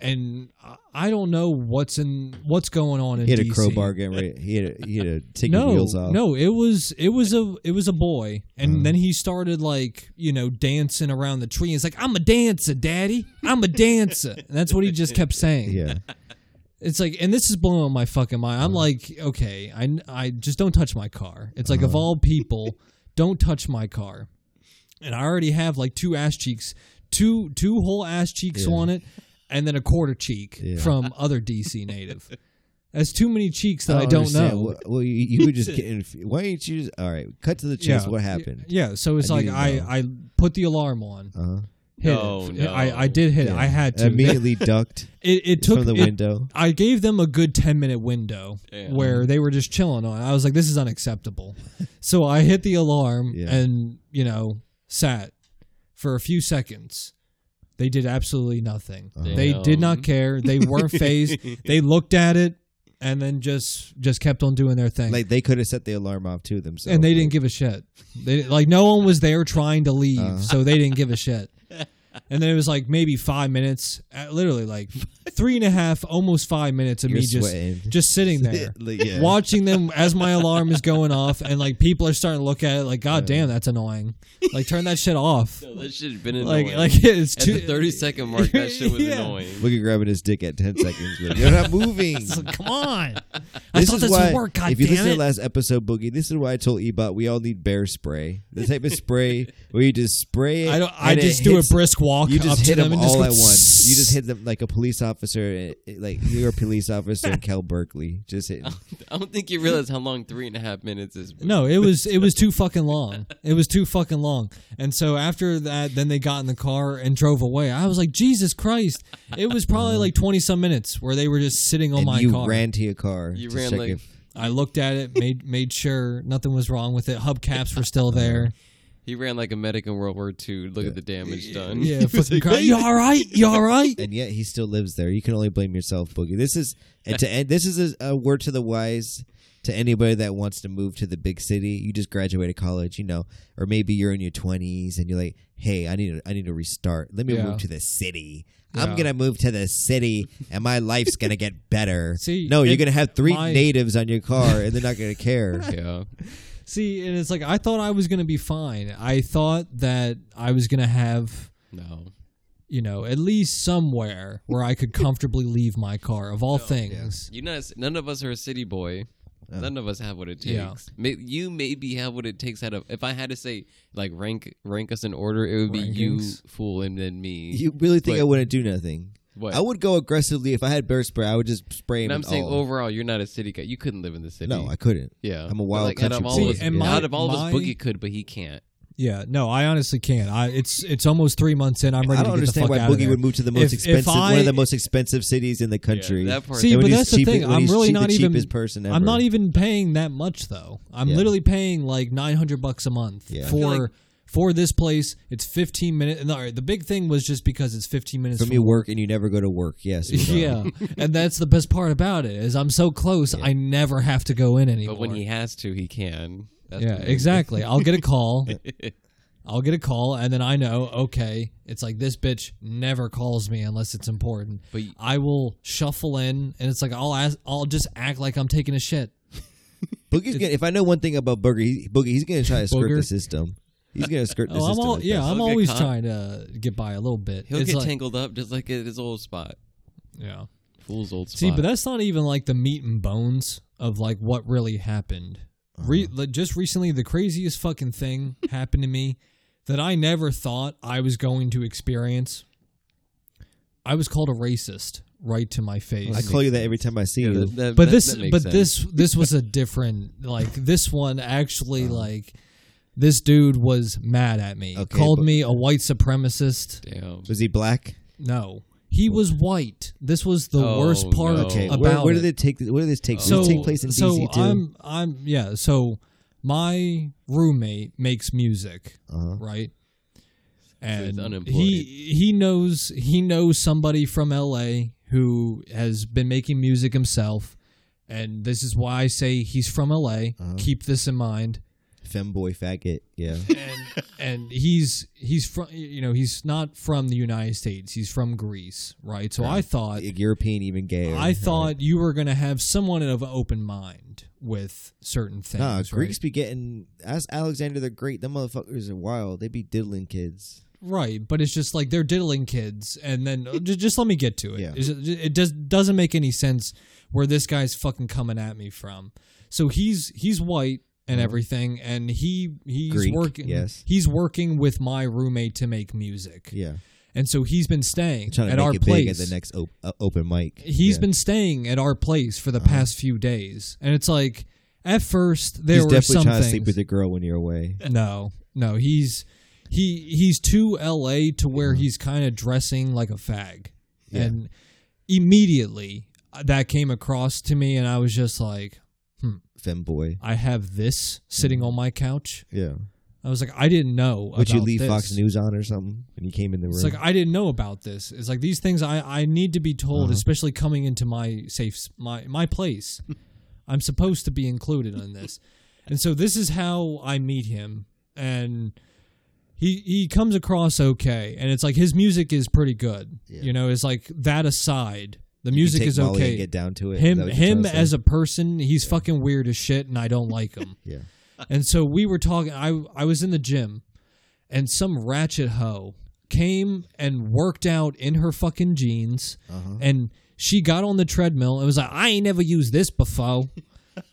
Speaker 3: and I- I don't know what's in what's going on in
Speaker 1: He had a
Speaker 3: DC.
Speaker 1: crowbar getting ready. He had a, he had a taking
Speaker 3: no,
Speaker 1: wheels off. Uh-huh.
Speaker 3: No, it was it was a it was a boy, and then he started like you know dancing around the tree. It's like I'm a dancer, daddy. I'm a dancer, and that's what he just kept saying.
Speaker 1: Yeah.
Speaker 3: It's like, and this is blowing my fucking mind.
Speaker 1: Uh-huh.
Speaker 3: I'm like, okay, I I just don't touch my car. It's like
Speaker 1: Uh-huh.
Speaker 3: of all people, don't touch my car, and I already have like two ass cheeks, two two whole ass cheeks
Speaker 1: Yeah.
Speaker 3: on it, and then a quarter cheek
Speaker 1: Yeah.
Speaker 3: from other DC native. That's too many cheeks that
Speaker 1: I
Speaker 3: I don't,
Speaker 1: understand.
Speaker 3: know.
Speaker 1: Well, well, you, you were just getting. Why didn't you just. All right. Cut to the chase.
Speaker 3: Yeah.
Speaker 1: What happened?
Speaker 3: Yeah, so it's
Speaker 1: I
Speaker 3: like
Speaker 1: didn't
Speaker 3: I,
Speaker 1: know.
Speaker 3: I put the alarm on.
Speaker 1: Uh-huh.
Speaker 3: Hit
Speaker 2: No,
Speaker 3: it.
Speaker 2: no.
Speaker 3: I, I did hit it.
Speaker 1: Yeah.
Speaker 3: I had to.
Speaker 1: Immediately ducked
Speaker 3: it, it took
Speaker 1: from the
Speaker 3: it-
Speaker 1: window.
Speaker 3: I gave them a good 10 minute window
Speaker 2: Yeah.
Speaker 3: where they were just chilling on. it. I was like, this is unacceptable. so I hit the alarm
Speaker 1: Yeah.
Speaker 3: and, you know, sat for a few seconds. They did absolutely nothing.
Speaker 1: Uh-huh.
Speaker 3: They did not
Speaker 2: Damn.
Speaker 3: care. They weren't phased. they looked at it and then just just kept on doing their thing.
Speaker 1: Like they could have set the alarm off to themselves.
Speaker 3: and they didn't give a shit. They like no one was there trying to leave,
Speaker 1: Uh.
Speaker 3: so they didn't give a shit. And then it was like maybe five minutes, uh, literally like three and a half, almost five minutes of
Speaker 1: You're
Speaker 3: me just
Speaker 1: sweating.
Speaker 3: just sitting there,
Speaker 1: Like, yeah.
Speaker 3: watching them as my alarm is going off, and like people are starting to look at it like, God damn, that's annoying. Like turn that shit off.
Speaker 2: No, that shit had been annoying.
Speaker 3: Like like it's
Speaker 2: At
Speaker 3: too
Speaker 2: the 30 second mark, that shit was
Speaker 3: Yeah.
Speaker 2: annoying.
Speaker 1: Look at grabbing his dick at 10 seconds. Like, You're not moving.
Speaker 3: It's like, Come on, I
Speaker 1: This
Speaker 3: thought
Speaker 1: is
Speaker 3: this
Speaker 1: why,
Speaker 3: would work. God
Speaker 1: if you
Speaker 3: damn
Speaker 1: listen to
Speaker 3: it.
Speaker 1: the last episode, Boogie, this is why I told Ebot we all need bear spray. The type of spray where you just spray it.
Speaker 3: I don't. I
Speaker 1: and it
Speaker 3: just do
Speaker 1: hits-
Speaker 3: a brisk walk.
Speaker 1: You just
Speaker 3: up
Speaker 1: hit
Speaker 3: to
Speaker 1: them,
Speaker 3: them, and just
Speaker 1: all
Speaker 3: go
Speaker 1: at once. You just hit them like a police officer, eh, eh, like you're a police officer in Cal Berkeley. Just hit.
Speaker 3: Oh
Speaker 2: I don't think you realize how long three and a half minutes is.
Speaker 3: No, it was it was too fucking long. It was too fucking long. And so after that, then they got in the car and drove away. I was like, Jesus Christ! It was probably like twenty some minutes where they were just sitting
Speaker 1: Uh-huh.
Speaker 3: on
Speaker 1: and
Speaker 3: my
Speaker 1: you
Speaker 3: car.
Speaker 1: ran to your car.
Speaker 2: You
Speaker 1: to
Speaker 2: ran
Speaker 1: check
Speaker 2: like-
Speaker 1: if-
Speaker 3: I looked at it, made made sure nothing was wrong with it. Hubcaps were still there.
Speaker 2: He ran like a medic in World War II. Look at the damage done.
Speaker 3: Yeah, fucking car. You all right? You all right?
Speaker 1: and yet he still lives there. You can only blame yourself, Boogie. This is and to end. This is a, a word to the wise to anybody that wants to move to the big city. You just graduated college, you know, or maybe you're in your twenties and you're like, "Hey, I need a, I need to restart. Let me
Speaker 3: Yeah.
Speaker 1: move to the city.
Speaker 3: Yeah.
Speaker 1: I'm gonna move to the city, and my life's gonna get better."
Speaker 3: See,
Speaker 1: no, you're
Speaker 3: it-
Speaker 1: gonna have three
Speaker 3: my-
Speaker 1: natives on your car, and they're not gonna care.
Speaker 2: Yeah.
Speaker 3: See, and it's like I thought I was gonna be fine. I thought that I was gonna have
Speaker 2: No.
Speaker 3: you know at least somewhere where I could comfortably leave my car. Of all things.
Speaker 2: You know, it's- none of us are a city boy. None of us have what it takes.
Speaker 3: Yeah.
Speaker 2: May, you maybe have what it takes out of. If I had to say, like rank rank us in order, it would be you,
Speaker 3: Rankings?
Speaker 2: fool, and then me.
Speaker 1: You really think
Speaker 2: But-
Speaker 1: I wouldn't do nothing?
Speaker 2: What?
Speaker 1: I would go aggressively if I had bear spray. I would just spray him.
Speaker 2: and I'm
Speaker 1: in
Speaker 2: saying
Speaker 1: all.
Speaker 2: overall, you're not a city guy. You couldn't live in the city.
Speaker 1: No, I couldn't.
Speaker 2: yeah,
Speaker 1: I'm a
Speaker 2: But,
Speaker 1: wild
Speaker 2: like, out of
Speaker 1: country
Speaker 2: all
Speaker 1: boy.
Speaker 2: of us,
Speaker 1: See, and
Speaker 2: yeah.
Speaker 3: my-
Speaker 2: out of all of us,
Speaker 3: my-
Speaker 2: Boogie could, but he can't.
Speaker 3: Yeah, no, I honestly can't. I it's it's almost three months in. I'm ready
Speaker 1: I don't
Speaker 3: to get the
Speaker 1: understand
Speaker 3: fuck
Speaker 1: why
Speaker 3: out of
Speaker 1: Boogie
Speaker 3: there.
Speaker 1: would move to the most
Speaker 3: If- if
Speaker 1: expensive, one
Speaker 3: I-
Speaker 1: of the most expensive cities in the country.
Speaker 2: that part.
Speaker 3: See,
Speaker 1: And
Speaker 3: but
Speaker 1: when he's
Speaker 3: that's the
Speaker 1: cheap-
Speaker 3: thing.
Speaker 1: when
Speaker 3: I'm
Speaker 1: he's
Speaker 3: really
Speaker 1: cheap-
Speaker 3: not
Speaker 1: the
Speaker 3: even
Speaker 1: cheapest person ever.
Speaker 3: I'm not even paying that much though. I'm
Speaker 1: Yeah.
Speaker 3: literally paying like 900 bucks a month
Speaker 1: Yeah. I feel
Speaker 3: for
Speaker 2: like-
Speaker 3: for this place. It's 15 minutes. No, the big thing was just because it's 15 minutes
Speaker 1: from your work, and you never go to work. Yes, we know.
Speaker 3: Yeah, and that's the best part about it is I'm so close. I never have to go in anymore.
Speaker 2: But when he has to, he can. That's
Speaker 3: yeah,
Speaker 2: what it is.
Speaker 3: exactly. I'll get a call. I'll get a call, and then I know, okay, it's like this bitch never calls me unless it's important.
Speaker 2: But y-
Speaker 3: I will shuffle in, and it's like I'll ask, I'll just act like I'm taking a shit.
Speaker 1: Boogie's gonna, if I know one thing about Boogie, he, Boogie, he's gonna try to skirt
Speaker 3: Booger?
Speaker 1: the system. He's gonna skirt the
Speaker 3: Oh, I'm
Speaker 1: system.
Speaker 3: all,
Speaker 1: like
Speaker 3: yeah,
Speaker 1: that.
Speaker 3: I'm
Speaker 2: He'll get
Speaker 3: always
Speaker 2: caught.
Speaker 3: trying to get by a little bit.
Speaker 2: He'll
Speaker 3: It's
Speaker 2: get
Speaker 3: like-
Speaker 2: tangled up just like at his old spot.
Speaker 3: Yeah.
Speaker 2: Fool's old spot.
Speaker 3: See, but that's not even like the meat and bones of like what really happened. Re- like, just recently, the craziest fucking thing happened to me that I never thought I was going to experience. I was called a racist right to my face.
Speaker 1: I call you that every time I see
Speaker 2: Yeah,
Speaker 1: you.
Speaker 2: that- that-
Speaker 3: but
Speaker 2: that-
Speaker 3: this,
Speaker 2: that makes
Speaker 3: but
Speaker 2: sense.
Speaker 3: this, this was a different like this one actually like this dude was mad at me.
Speaker 1: Okay,
Speaker 3: called
Speaker 1: but-
Speaker 3: me a white supremacist.
Speaker 2: Damn.
Speaker 1: Was he black?
Speaker 3: No, he was white. This was the
Speaker 2: Oh,
Speaker 3: worst part
Speaker 2: no. Okay,
Speaker 1: Okay,
Speaker 3: about
Speaker 1: where, where
Speaker 3: it.
Speaker 1: did it take? Where did this take?
Speaker 3: so
Speaker 1: Did it take place in
Speaker 3: so
Speaker 1: DC too?
Speaker 3: I'm I'm yeah. So my roommate makes music,
Speaker 1: Uh-huh.
Speaker 3: right? And
Speaker 2: unemployed.
Speaker 3: he he knows he knows somebody from LA who has been making music
Speaker 1: Uh-huh.
Speaker 3: himself, and this is why I say he's from LA. Keep this in mind.
Speaker 1: femboy faggot. Yeah.
Speaker 3: and and he's he's from you know he's not from the United States. He's from Greece, right? So I thought
Speaker 1: A European even gay.
Speaker 3: I thought you were gonna have someone of an open mind with certain things.
Speaker 1: Nah,
Speaker 3: right?
Speaker 1: Greeks be getting as Alexander the Great. Them motherfuckers are wild. They be diddling kids.
Speaker 3: Right, but it's just like they're diddling kids, and then just, just let me get to it.
Speaker 1: Yeah.
Speaker 3: It's- It does doesn't make any sense where this guy's fucking coming at me from. So he's he's white and everything, and he he's
Speaker 1: Mm-hmm. Greek,
Speaker 3: working.
Speaker 1: yes.
Speaker 3: he's working with my roommate to make music,
Speaker 1: Yeah,
Speaker 3: and so he's been staying
Speaker 1: trying to
Speaker 3: at
Speaker 1: make
Speaker 3: our
Speaker 1: it
Speaker 3: place.
Speaker 1: big at the next op- uh, open mic.
Speaker 3: He's
Speaker 1: yeah. Uh-huh.
Speaker 3: been staying at our place for the past few days, and it's like at first there
Speaker 1: He's
Speaker 3: were
Speaker 1: definitely
Speaker 3: some
Speaker 1: trying to
Speaker 3: things.
Speaker 1: sleep with a girl when you're away.
Speaker 3: No, no, he's he he's too L.A. to where he's kind of dressing like a fag,
Speaker 1: Uh-huh. Yeah.
Speaker 3: and immediately uh, that came across to me, and I was just like,
Speaker 1: Femboy.
Speaker 3: I have this sitting on my couch.
Speaker 1: Yeah.
Speaker 3: I was like, I didn't know.
Speaker 1: Mm-hmm. Would you
Speaker 3: about
Speaker 1: leave
Speaker 3: this.
Speaker 1: Fox News on or something when you came in the room?
Speaker 3: It's like I didn't know about this. It's like these things I I need to be told,
Speaker 1: Uh-huh.
Speaker 3: especially coming into my safe s- my my place. I'm supposed to be included in this, and so this is how I meet him, and he he comes across okay, and it's like his music is pretty good. You know, it's like that aside, the
Speaker 1: You
Speaker 3: music
Speaker 1: take
Speaker 3: is
Speaker 1: Molly and
Speaker 3: okay.
Speaker 1: get down to it.
Speaker 3: him him as a person, he's fucking weird as shit, and I don't like him.
Speaker 1: yeah.
Speaker 3: And so we were talking. I I was in the gym, and some ratchet hoe came and worked out in her fucking jeans,
Speaker 1: Uh-huh.
Speaker 3: and she got on the treadmill and was like, "I ain't never used this before."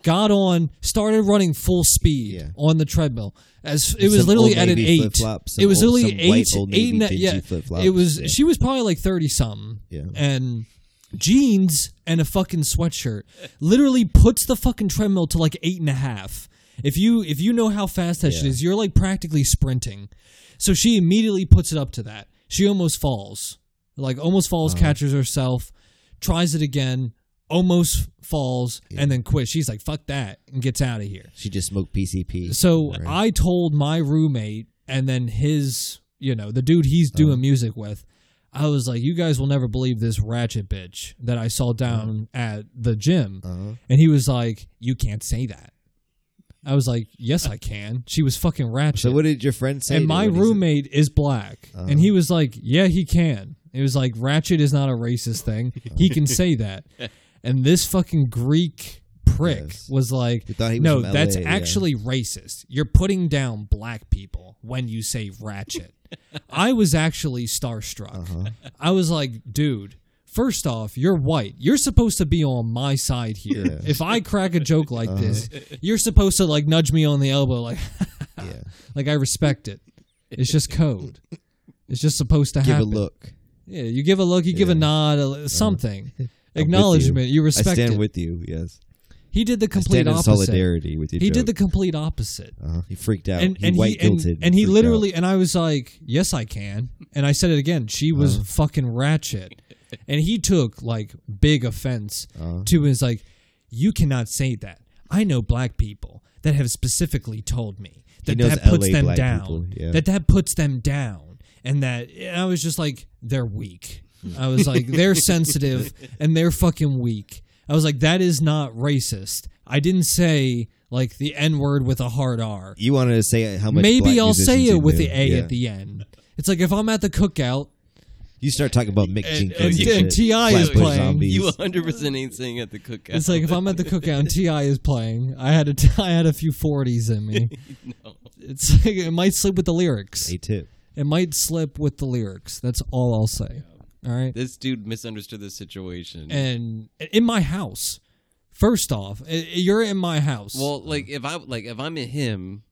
Speaker 3: got on, started running full speed
Speaker 1: Yeah.
Speaker 3: on the treadmill. As it
Speaker 1: And
Speaker 3: was
Speaker 1: some
Speaker 3: literally
Speaker 1: Old
Speaker 3: at an
Speaker 1: Navy
Speaker 3: eight.
Speaker 1: flip-flops, some
Speaker 3: It was
Speaker 1: old-
Speaker 3: literally
Speaker 1: some white
Speaker 3: eight,
Speaker 1: Old
Speaker 3: eight.
Speaker 1: Navy
Speaker 3: and a- yeah,
Speaker 1: dingy flip-flops,
Speaker 3: it was.
Speaker 1: yeah.
Speaker 3: She was probably like thirty something.
Speaker 1: Yeah.
Speaker 3: and. Jeans and a fucking sweatshirt literally puts the fucking treadmill to like eight and a half. If you if you know how fast that shit
Speaker 1: Yeah.
Speaker 3: is, you're like practically sprinting. So she immediately puts it up to that. She almost falls, like almost falls, catches herself, tries it again, almost falls, and then quits. She's like, "Fuck that," and gets out of here.
Speaker 1: She just smoked PCP.
Speaker 3: So
Speaker 1: Right.
Speaker 3: I told my roommate and then his, you know, the dude he's doing
Speaker 1: Uh-huh.
Speaker 3: music with, I was like, you guys will never believe this ratchet bitch that I saw down at the gym.
Speaker 1: Uh-huh.
Speaker 3: And he was like, you can't say that. I was like, yes, I can. She was fucking ratchet.
Speaker 1: Uh, So what did your friend say?
Speaker 3: and
Speaker 1: to
Speaker 3: my
Speaker 1: you when he said- Oh.
Speaker 3: roommate is black. And he was like, yeah, he can. It was like, ratchet is not a racist thing. He can say that. And this fucking Greek prick
Speaker 1: Yes.
Speaker 3: was like,
Speaker 1: He thought he was
Speaker 3: no,
Speaker 1: from
Speaker 3: that's
Speaker 1: LA, yeah.
Speaker 3: actually racist. You're putting down black people when you say ratchet. I was actually starstruck.
Speaker 1: Uh-huh.
Speaker 3: I was like, dude, first off, you're white. You're supposed to be on my side here.
Speaker 1: Yeah.
Speaker 3: If I crack a joke like this,
Speaker 1: Uh-huh.
Speaker 3: you're supposed to like nudge me on the elbow, like,
Speaker 1: Yeah.
Speaker 3: like I respect it. It's just code. It's just supposed to
Speaker 1: Give
Speaker 3: happen.
Speaker 1: a look.
Speaker 3: Yeah, you give a look, you give a
Speaker 1: Yeah. Uh-huh.
Speaker 3: nod, a, something.
Speaker 1: I'm with
Speaker 3: Acknowledgement. You,
Speaker 1: I
Speaker 3: respect
Speaker 1: stand
Speaker 3: it.
Speaker 1: with you. Yes.
Speaker 3: he did the
Speaker 1: I
Speaker 3: complete
Speaker 1: stand in
Speaker 3: opposite.
Speaker 1: solidarity with you.
Speaker 3: He did the complete opposite.
Speaker 1: Uh-huh. He freaked out.
Speaker 3: And
Speaker 1: he
Speaker 3: and
Speaker 1: white
Speaker 3: he and,
Speaker 1: guilted.
Speaker 3: and he
Speaker 1: freaked out.
Speaker 3: literally and I was like, "Yes, I can." And I said it again. She was
Speaker 1: Uh-huh.
Speaker 3: fucking ratchet. And he took like big offense to is like, "You cannot say that. I know black people that have specifically told me that
Speaker 1: knows
Speaker 3: that puts
Speaker 1: LA
Speaker 3: them
Speaker 1: black
Speaker 3: down.
Speaker 1: people, yeah.
Speaker 3: That that puts them down." And that and I was just like, "They're weak." I was like, "They're sensitive and they're fucking weak." I was like, "That is not racist." I didn't say like the N word with a hard R
Speaker 1: You wanted to say how much. black
Speaker 3: maybe I'll say
Speaker 1: musicians
Speaker 3: it
Speaker 1: you
Speaker 3: with the
Speaker 1: knew.
Speaker 3: A
Speaker 1: Yeah.
Speaker 3: at the end. It's like if I'm at the cookout
Speaker 1: You start talking about Mick
Speaker 3: and,
Speaker 1: Jenkins.
Speaker 3: and,
Speaker 1: and shit.
Speaker 3: and Ti is
Speaker 1: Flatbush
Speaker 3: playing.
Speaker 1: Zombies.
Speaker 2: You 100 percent ain't saying at the cookout.
Speaker 3: It's like if I'm at the cookout and Ti is playing. I had a I had a few forties in me. It's like it might slip with the lyrics.
Speaker 1: A tip.
Speaker 3: It might slip with the lyrics. That's all I'll say. All right.
Speaker 2: this dude misunderstood the situation.
Speaker 3: And in my house, first off, i- you're in my house.
Speaker 2: well, like if I like if I'm in him,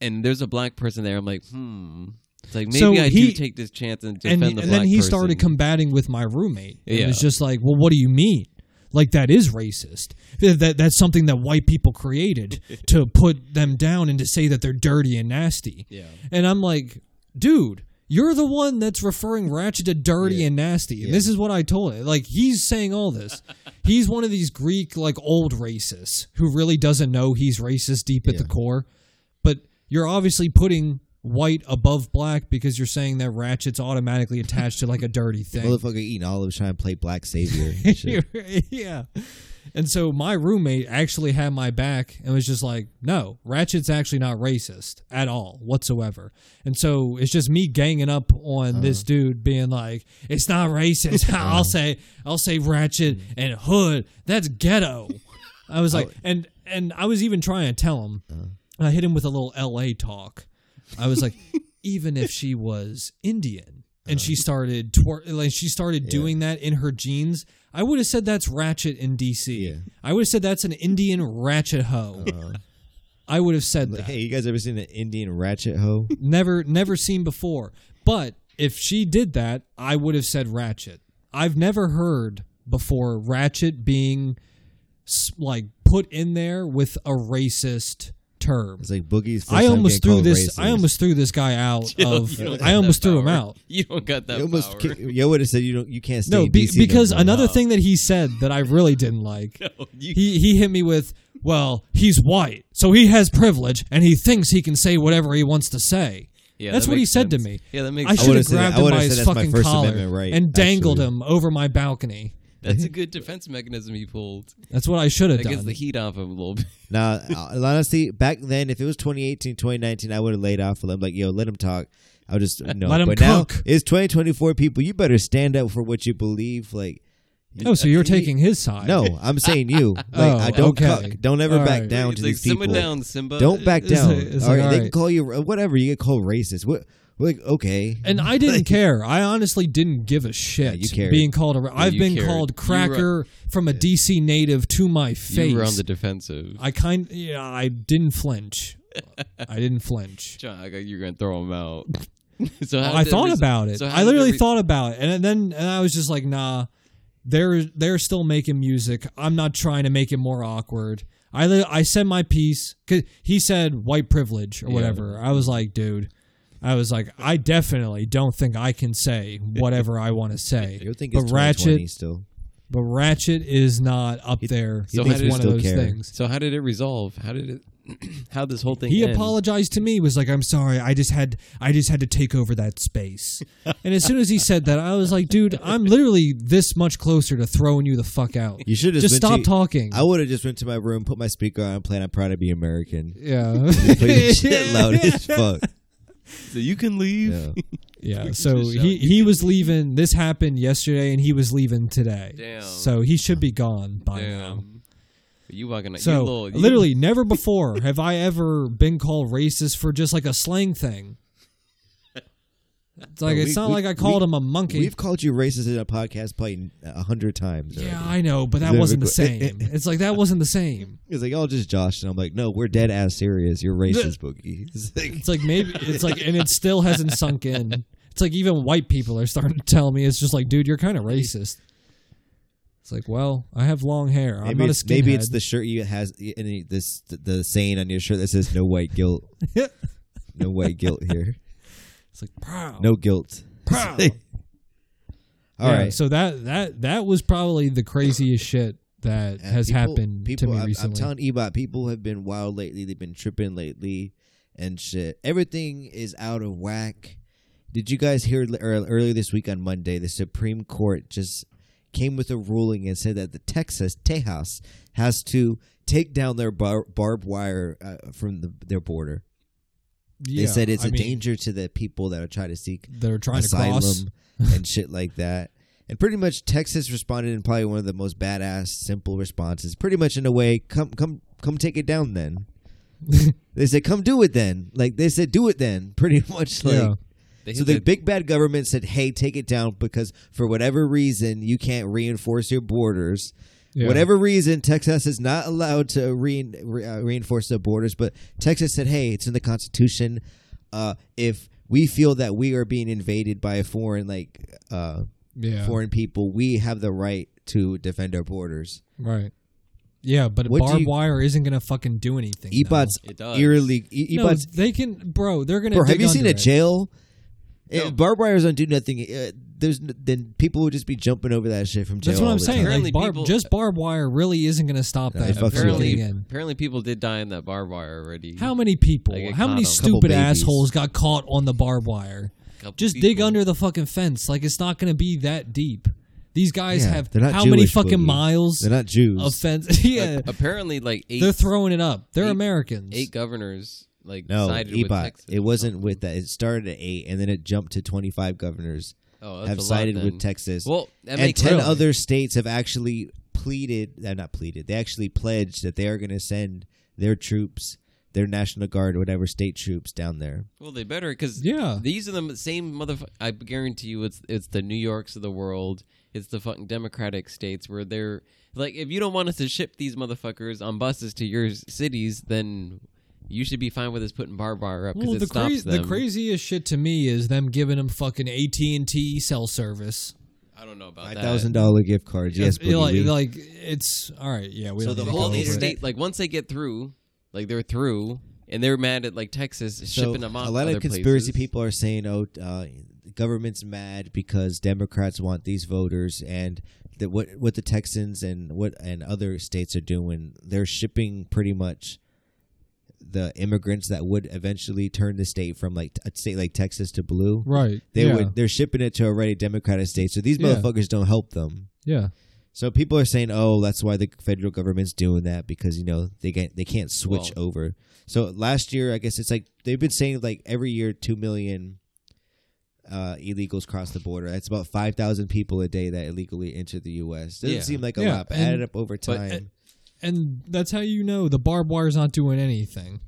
Speaker 2: and there's a black person there, I'm like, hmm. It's like maybe
Speaker 3: So
Speaker 2: I
Speaker 3: he-
Speaker 2: do take this chance and defend
Speaker 3: and,
Speaker 2: the
Speaker 3: and
Speaker 2: black
Speaker 3: then he
Speaker 2: person.
Speaker 3: started combating with my roommate. And It
Speaker 2: Yeah.
Speaker 3: was just like, well, what do you mean? Like that is racist. That that- that's something that white people created to put them down and to say that they're dirty and nasty.
Speaker 2: Yeah.
Speaker 3: And I'm like, dude, you're the one that's referring Ratchet to dirty and nasty. And this is what I told him. Like he's saying all this. he's one of these Greek like old racists who really doesn't know he's racist deep at the core. But you're obviously putting white above black because you're saying that Ratchet's automatically attached to like a dirty thing.
Speaker 1: Motherfucker eating olives trying to play Black Savior. and shit.
Speaker 3: yeah. And so my roommate actually had my back and was just like, no, Ratchet's actually not racist at all whatsoever. And so it's just me ganging up on this dude being like, it's not racist. I'll say, I'll say Ratchet and Hood. That's ghetto. I was like, and, and I was even trying to tell him, I hit him with a little LA talk. I was like, even if she was Indian
Speaker 1: Uh-huh.
Speaker 3: and she started twir- like she started doing that in her jeans, I would have said that's ratchet in DC.
Speaker 1: Yeah. Uh-huh.
Speaker 3: I would have said that's an Indian ratchet hoe. I would have said
Speaker 1: Like,
Speaker 3: that.
Speaker 1: hey, you guys ever seen an Indian ratchet hoe?
Speaker 3: Never never seen before. But if she did that, I would have said ratchet. I've never heard before ratchet being s- like put in there with a racist term.
Speaker 1: It's like Boogie's. First
Speaker 3: I
Speaker 1: time
Speaker 3: almost
Speaker 1: being
Speaker 3: threw
Speaker 1: called
Speaker 3: this.
Speaker 1: racist.
Speaker 3: I almost threw this guy out
Speaker 2: Yo,
Speaker 3: of.
Speaker 2: you don't
Speaker 3: I
Speaker 2: got
Speaker 3: almost
Speaker 2: that
Speaker 3: threw him
Speaker 2: power.
Speaker 3: out.
Speaker 2: You don't got that
Speaker 1: You almost.
Speaker 2: power.
Speaker 1: ki- Yo would have said you don't. You can't stay.
Speaker 3: No,
Speaker 1: in
Speaker 3: be,
Speaker 1: DC no
Speaker 3: because
Speaker 1: more.
Speaker 3: another thing that he said that I really didn't like.
Speaker 2: No, you-
Speaker 3: He he hit me with, well, he's white, so he has privilege, and he thinks he can say whatever he wants to say.
Speaker 2: Yeah,
Speaker 3: that's
Speaker 2: that
Speaker 3: what he
Speaker 2: makes
Speaker 3: said to
Speaker 2: sense.
Speaker 3: me.
Speaker 2: Yeah, that makes
Speaker 3: I
Speaker 2: sense.
Speaker 3: should have
Speaker 1: would've said- I
Speaker 3: grabbed him
Speaker 1: would've
Speaker 3: by
Speaker 1: said
Speaker 3: his
Speaker 1: that's my
Speaker 3: fucking
Speaker 1: First
Speaker 3: collar
Speaker 1: Amendment right,
Speaker 3: and dangled
Speaker 1: actually.
Speaker 3: him over my balcony.
Speaker 2: That's a good defense mechanism he pulled.
Speaker 3: That's what I should have
Speaker 2: That gets
Speaker 3: done.
Speaker 2: the heat off him a little bit.
Speaker 1: Now, uh, honestly, back then, if it was 2018, 2019, I would have laid off. I'm like, yo, let him talk. I would just no.
Speaker 3: Let 'em
Speaker 1: but now
Speaker 3: cook.
Speaker 1: it's 2024. People, you better stand up for what you believe. Like,
Speaker 3: oh, so you're taking his side?
Speaker 1: no, I'm saying you. Like,
Speaker 3: Oh,
Speaker 1: I don't
Speaker 3: okay.
Speaker 1: cuck. Don't ever
Speaker 3: All
Speaker 1: back
Speaker 3: right.
Speaker 1: down to
Speaker 2: It's like,
Speaker 1: these
Speaker 2: simmer
Speaker 1: people.
Speaker 2: down, Simba.
Speaker 1: Don't back
Speaker 3: It's
Speaker 1: down.
Speaker 3: like- it's
Speaker 1: all
Speaker 3: like,
Speaker 1: right,
Speaker 3: all
Speaker 1: they can
Speaker 3: right.
Speaker 1: call you whatever. You get called racist. What? Like, okay.
Speaker 3: And I didn't care. I honestly didn't give a shit.
Speaker 1: you cared.
Speaker 3: being called a. I've
Speaker 2: you
Speaker 3: been
Speaker 2: cared.
Speaker 3: called
Speaker 2: You were-
Speaker 3: cracker from a DC native to my face.
Speaker 2: You were on the defensive.
Speaker 3: I kind yeah, I didn't flinch. I didn't flinch.
Speaker 2: John, I got- you're gonna throw him out. so how
Speaker 3: I
Speaker 2: did
Speaker 3: thought
Speaker 2: res-
Speaker 3: about it.
Speaker 2: so how
Speaker 3: I
Speaker 2: did
Speaker 3: literally
Speaker 2: the re-
Speaker 3: thought about it, and then and I was just like, nah, they're they're still making music. I'm not trying to make it more awkward. I li- I said my piece. 'Cause he said white privilege or
Speaker 2: Yeah.
Speaker 3: whatever. I was like, dude. I was like, I definitely don't think I can say whatever I want to say.
Speaker 1: You think
Speaker 3: but
Speaker 1: it's 2020
Speaker 3: Ratchet,
Speaker 1: still?
Speaker 3: but Ratchet is not up there.
Speaker 2: So
Speaker 1: how
Speaker 3: it's
Speaker 2: did it
Speaker 3: one of
Speaker 1: still
Speaker 3: those
Speaker 1: care?
Speaker 3: things.
Speaker 2: So how did it resolve? How did it? how this whole thing?
Speaker 3: he
Speaker 2: end?
Speaker 3: apologized to me was like i'm sorry i just had i just had to take over that space and as soon as he said that i was like dude i'm literally this much closer to throwing you the fuck out
Speaker 1: You should have
Speaker 3: just
Speaker 1: went to-
Speaker 3: stop talking
Speaker 1: I would have just went to my room, put my speaker on, and played "I'm Proud to Be American."
Speaker 3: yeah
Speaker 1: Play the shit loud as fuck.
Speaker 2: So you can leave.
Speaker 1: Yeah.
Speaker 3: yeah
Speaker 2: Just shout,
Speaker 3: so he he was leaving this happened yesterday and he was leaving today
Speaker 2: Damn.
Speaker 3: so he should be gone by now
Speaker 2: Damn. You walking out.
Speaker 3: so
Speaker 2: you little, you-
Speaker 3: literally never before have i ever been called racist for just like a slang thing it's like
Speaker 1: No,
Speaker 3: it's
Speaker 1: we-
Speaker 3: not
Speaker 1: we-
Speaker 3: like i called
Speaker 1: we-
Speaker 3: him a monkey
Speaker 1: We've called you racist in a podcast probably a hundred times.
Speaker 3: Yeah,
Speaker 1: already.
Speaker 3: I know, but that
Speaker 1: Never
Speaker 3: wasn't the
Speaker 1: go-
Speaker 3: same. it's like that wasn't the same.
Speaker 1: He's like, "Y'all just Josh," and I'm like, "No, we're dead ass serious. You're racist, Boogie." It's like,
Speaker 3: It's like maybe it's like, and it still hasn't sunk in. It's like even white people are starting to tell me it's just like, dude, you're kind of racist. It's like, well, I have long hair. I'm
Speaker 1: maybe
Speaker 3: not a
Speaker 1: it's,
Speaker 3: skinhead.
Speaker 1: maybe it's the shirt you has and this the saying on your shirt that says "No white guilt." no white guilt here.
Speaker 3: It's like, prow,
Speaker 1: No guilt.
Speaker 3: prow.
Speaker 1: All right.
Speaker 3: Yeah, So that that that was probably the craziest shit that
Speaker 1: And
Speaker 3: has
Speaker 1: people-
Speaker 3: happened
Speaker 1: people,
Speaker 3: to me
Speaker 1: I'm,
Speaker 3: recently.
Speaker 1: I'm telling Ebot, people have been wild lately. They've been tripping lately, and shit. Everything is out of whack. Did you guys hear l- ear- earlier this week on Monday? The Supreme Court just came with a ruling and said that the Texas Tejas has to take down their bar- barbed wire uh, from the, their border. They
Speaker 3: Yeah,
Speaker 1: said it's
Speaker 3: I
Speaker 1: a
Speaker 3: mean,
Speaker 1: danger to the people that are trying to seek
Speaker 3: They're trying to cross.
Speaker 1: asylum and shit like that. And pretty much Texas responded in probably one of the most badass, simple responses. Pretty much in a way, come, come, come, take it down. Then they said, "Come do it." Then, like they said, "Do it." Then, pretty much like.
Speaker 3: Yeah.
Speaker 2: They
Speaker 1: So
Speaker 2: hit
Speaker 1: the
Speaker 2: that-
Speaker 1: big bad government said, "Hey, take it down because for whatever reason you can't reinforce your borders.
Speaker 3: Yeah.
Speaker 1: Whatever reason, Texas is not allowed to re- re- uh, reinforce their borders, but Texas said, "Hey, it's in the Constitution. Uh, if we feel that we are being invaded by a foreign like uh,
Speaker 3: Yeah.
Speaker 1: foreign people, we have the right to defend our borders."
Speaker 3: Right. Yeah, but
Speaker 1: What do
Speaker 3: barbed
Speaker 1: you-
Speaker 3: wire isn't gonna fucking do anything. though.
Speaker 1: Ebot's
Speaker 2: It does.
Speaker 1: eerily. E-
Speaker 3: No,
Speaker 1: Ebot's
Speaker 3: they can, bro. They're gonna.
Speaker 1: Bro, have
Speaker 3: dig
Speaker 1: you seen
Speaker 3: under
Speaker 1: a
Speaker 3: it.
Speaker 1: jail?
Speaker 2: No.
Speaker 1: If barbed wires don't do nothing. Uh, there's n- then people would just be jumping over that shit from jail.
Speaker 3: That's what
Speaker 1: all
Speaker 3: I'm
Speaker 1: the
Speaker 3: saying.
Speaker 1: time.
Speaker 2: Apparently
Speaker 3: Like, barb,
Speaker 2: people-
Speaker 3: just barbed wire really isn't gonna stop
Speaker 1: Yeah,
Speaker 3: that.
Speaker 1: it fucking
Speaker 3: apparently,
Speaker 2: apparently,
Speaker 3: again.
Speaker 2: apparently people did die in that barbed wire already.
Speaker 3: How many people?
Speaker 2: They get
Speaker 3: How many
Speaker 2: caught on-
Speaker 1: Couple
Speaker 3: stupid
Speaker 1: babies.
Speaker 3: assholes got caught on the barbed wire?
Speaker 2: Couple
Speaker 3: Just dig
Speaker 2: people.
Speaker 3: under the fucking fence. Like it's not gonna be that deep. These guys
Speaker 1: Yeah,
Speaker 3: have
Speaker 1: they're not
Speaker 3: how many
Speaker 1: Jewish,
Speaker 3: fucking
Speaker 1: Boogie.
Speaker 3: miles
Speaker 1: They're not Jews.
Speaker 3: of fence? yeah,
Speaker 2: Apparently, like 8
Speaker 3: they're throwing it up. They're
Speaker 2: eight-
Speaker 3: Americans.
Speaker 2: eight governors like
Speaker 1: no,
Speaker 2: sided with
Speaker 1: Ebot.
Speaker 2: Texas.
Speaker 1: It wasn't with that. It started at eight, and then it jumped to twenty-five governors
Speaker 2: Oh, that's
Speaker 1: have
Speaker 2: a lot
Speaker 1: sided
Speaker 2: then.
Speaker 1: with Texas.
Speaker 2: Well, that
Speaker 1: and
Speaker 2: makes
Speaker 1: ten
Speaker 2: sense.
Speaker 1: other states have actually pleaded. They're not pleaded. They actually pledged that they are going to send their troops, their National Guard, or whatever state troops down there.
Speaker 2: Well, they better because
Speaker 3: Yeah.
Speaker 2: these are the m- same motherfucker. I guarantee you, it's it's the New Yorks of the world. It's the fucking Democratic states where they're like, if you don't want us to ship these motherfuckers on buses to your s- cities, then you should be fine with us putting barbed wire up because
Speaker 3: Well,
Speaker 2: it
Speaker 3: the,
Speaker 2: stops
Speaker 3: cra- the
Speaker 2: them.
Speaker 3: craziest shit to me is them giving them fucking AT and T cell service.
Speaker 2: I don't know about
Speaker 1: Five
Speaker 2: that.
Speaker 1: thousand dollar gift cards. Yes,
Speaker 3: It's- like,
Speaker 1: Boogie Wee.
Speaker 3: like it's all right. Yeah, we
Speaker 1: So
Speaker 3: don't
Speaker 1: the
Speaker 3: need to
Speaker 2: whole
Speaker 3: go
Speaker 1: Dollar
Speaker 2: eight
Speaker 3: over it.
Speaker 1: state-
Speaker 2: state, like once they get through, like they're through, and they're mad at like Texas
Speaker 1: So,
Speaker 2: shipping them off.
Speaker 1: a lot
Speaker 2: other
Speaker 1: of conspiracy
Speaker 2: places.
Speaker 1: people are saying, "Oh, uh, the government's mad because Democrats want these voters," and that what what the Texans and what and other states are doing, they're shipping pretty much the immigrants that would eventually turn the state from like a state like Texas to blue.
Speaker 3: right?
Speaker 1: They
Speaker 3: yeah.
Speaker 1: would they're shipping it to already Democratic states, so these
Speaker 3: Yeah.
Speaker 1: motherfuckers don't help them.
Speaker 3: Yeah,
Speaker 1: So people are saying, "Oh, that's why the federal government's doing that because you know they can they can't switch
Speaker 2: Well-
Speaker 1: over." So last year, I guess it's like they've been saying like every year two million uh, illegals cross the border. That's about five thousand people a day that illegally enter the U.S. Doesn't
Speaker 2: Yeah.
Speaker 1: seem like a
Speaker 3: Yeah,
Speaker 1: lot, but
Speaker 3: and-
Speaker 1: added up over time.
Speaker 3: and that's how you know the barbed wire's not doing anything.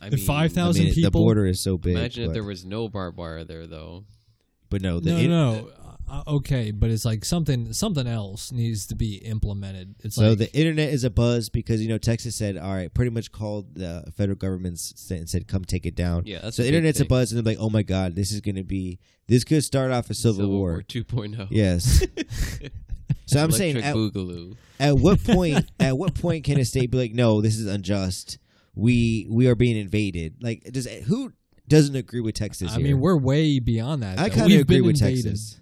Speaker 2: I
Speaker 3: The
Speaker 2: mean,
Speaker 3: five
Speaker 1: I
Speaker 3: thousand
Speaker 1: mean, the
Speaker 3: people.
Speaker 1: border is so big.
Speaker 2: Imagine
Speaker 1: but,
Speaker 2: if there was no barbed wire there, though.
Speaker 1: but no, the
Speaker 3: no,
Speaker 1: in-
Speaker 3: no, uh, okay, but it's like something something else needs to be implemented. It's
Speaker 1: So
Speaker 3: like
Speaker 1: the internet is a buzz because you know Texas said, "All right," pretty much called the federal government s- and said, "Come take it down."
Speaker 2: Yeah, that's
Speaker 1: so
Speaker 2: a
Speaker 1: the
Speaker 2: big
Speaker 1: internet's
Speaker 2: thing.
Speaker 1: a buzz, and they're like, "Oh my god, this is going to be this could start off a civil, war."
Speaker 2: 2.0.
Speaker 1: Yes. so I'm
Speaker 2: oh. Electric
Speaker 1: saying, at,
Speaker 2: Boogaloo.
Speaker 1: at what point? at what point can a state be like, "No, this is unjust. We we are being invaded." Like, does who doesn't agree with Texas?
Speaker 3: I
Speaker 1: here?
Speaker 3: mean, we're way beyond that.
Speaker 1: I
Speaker 3: though.
Speaker 1: kind
Speaker 3: We've
Speaker 1: of agree
Speaker 3: been
Speaker 1: with
Speaker 3: invaded.
Speaker 1: Texas.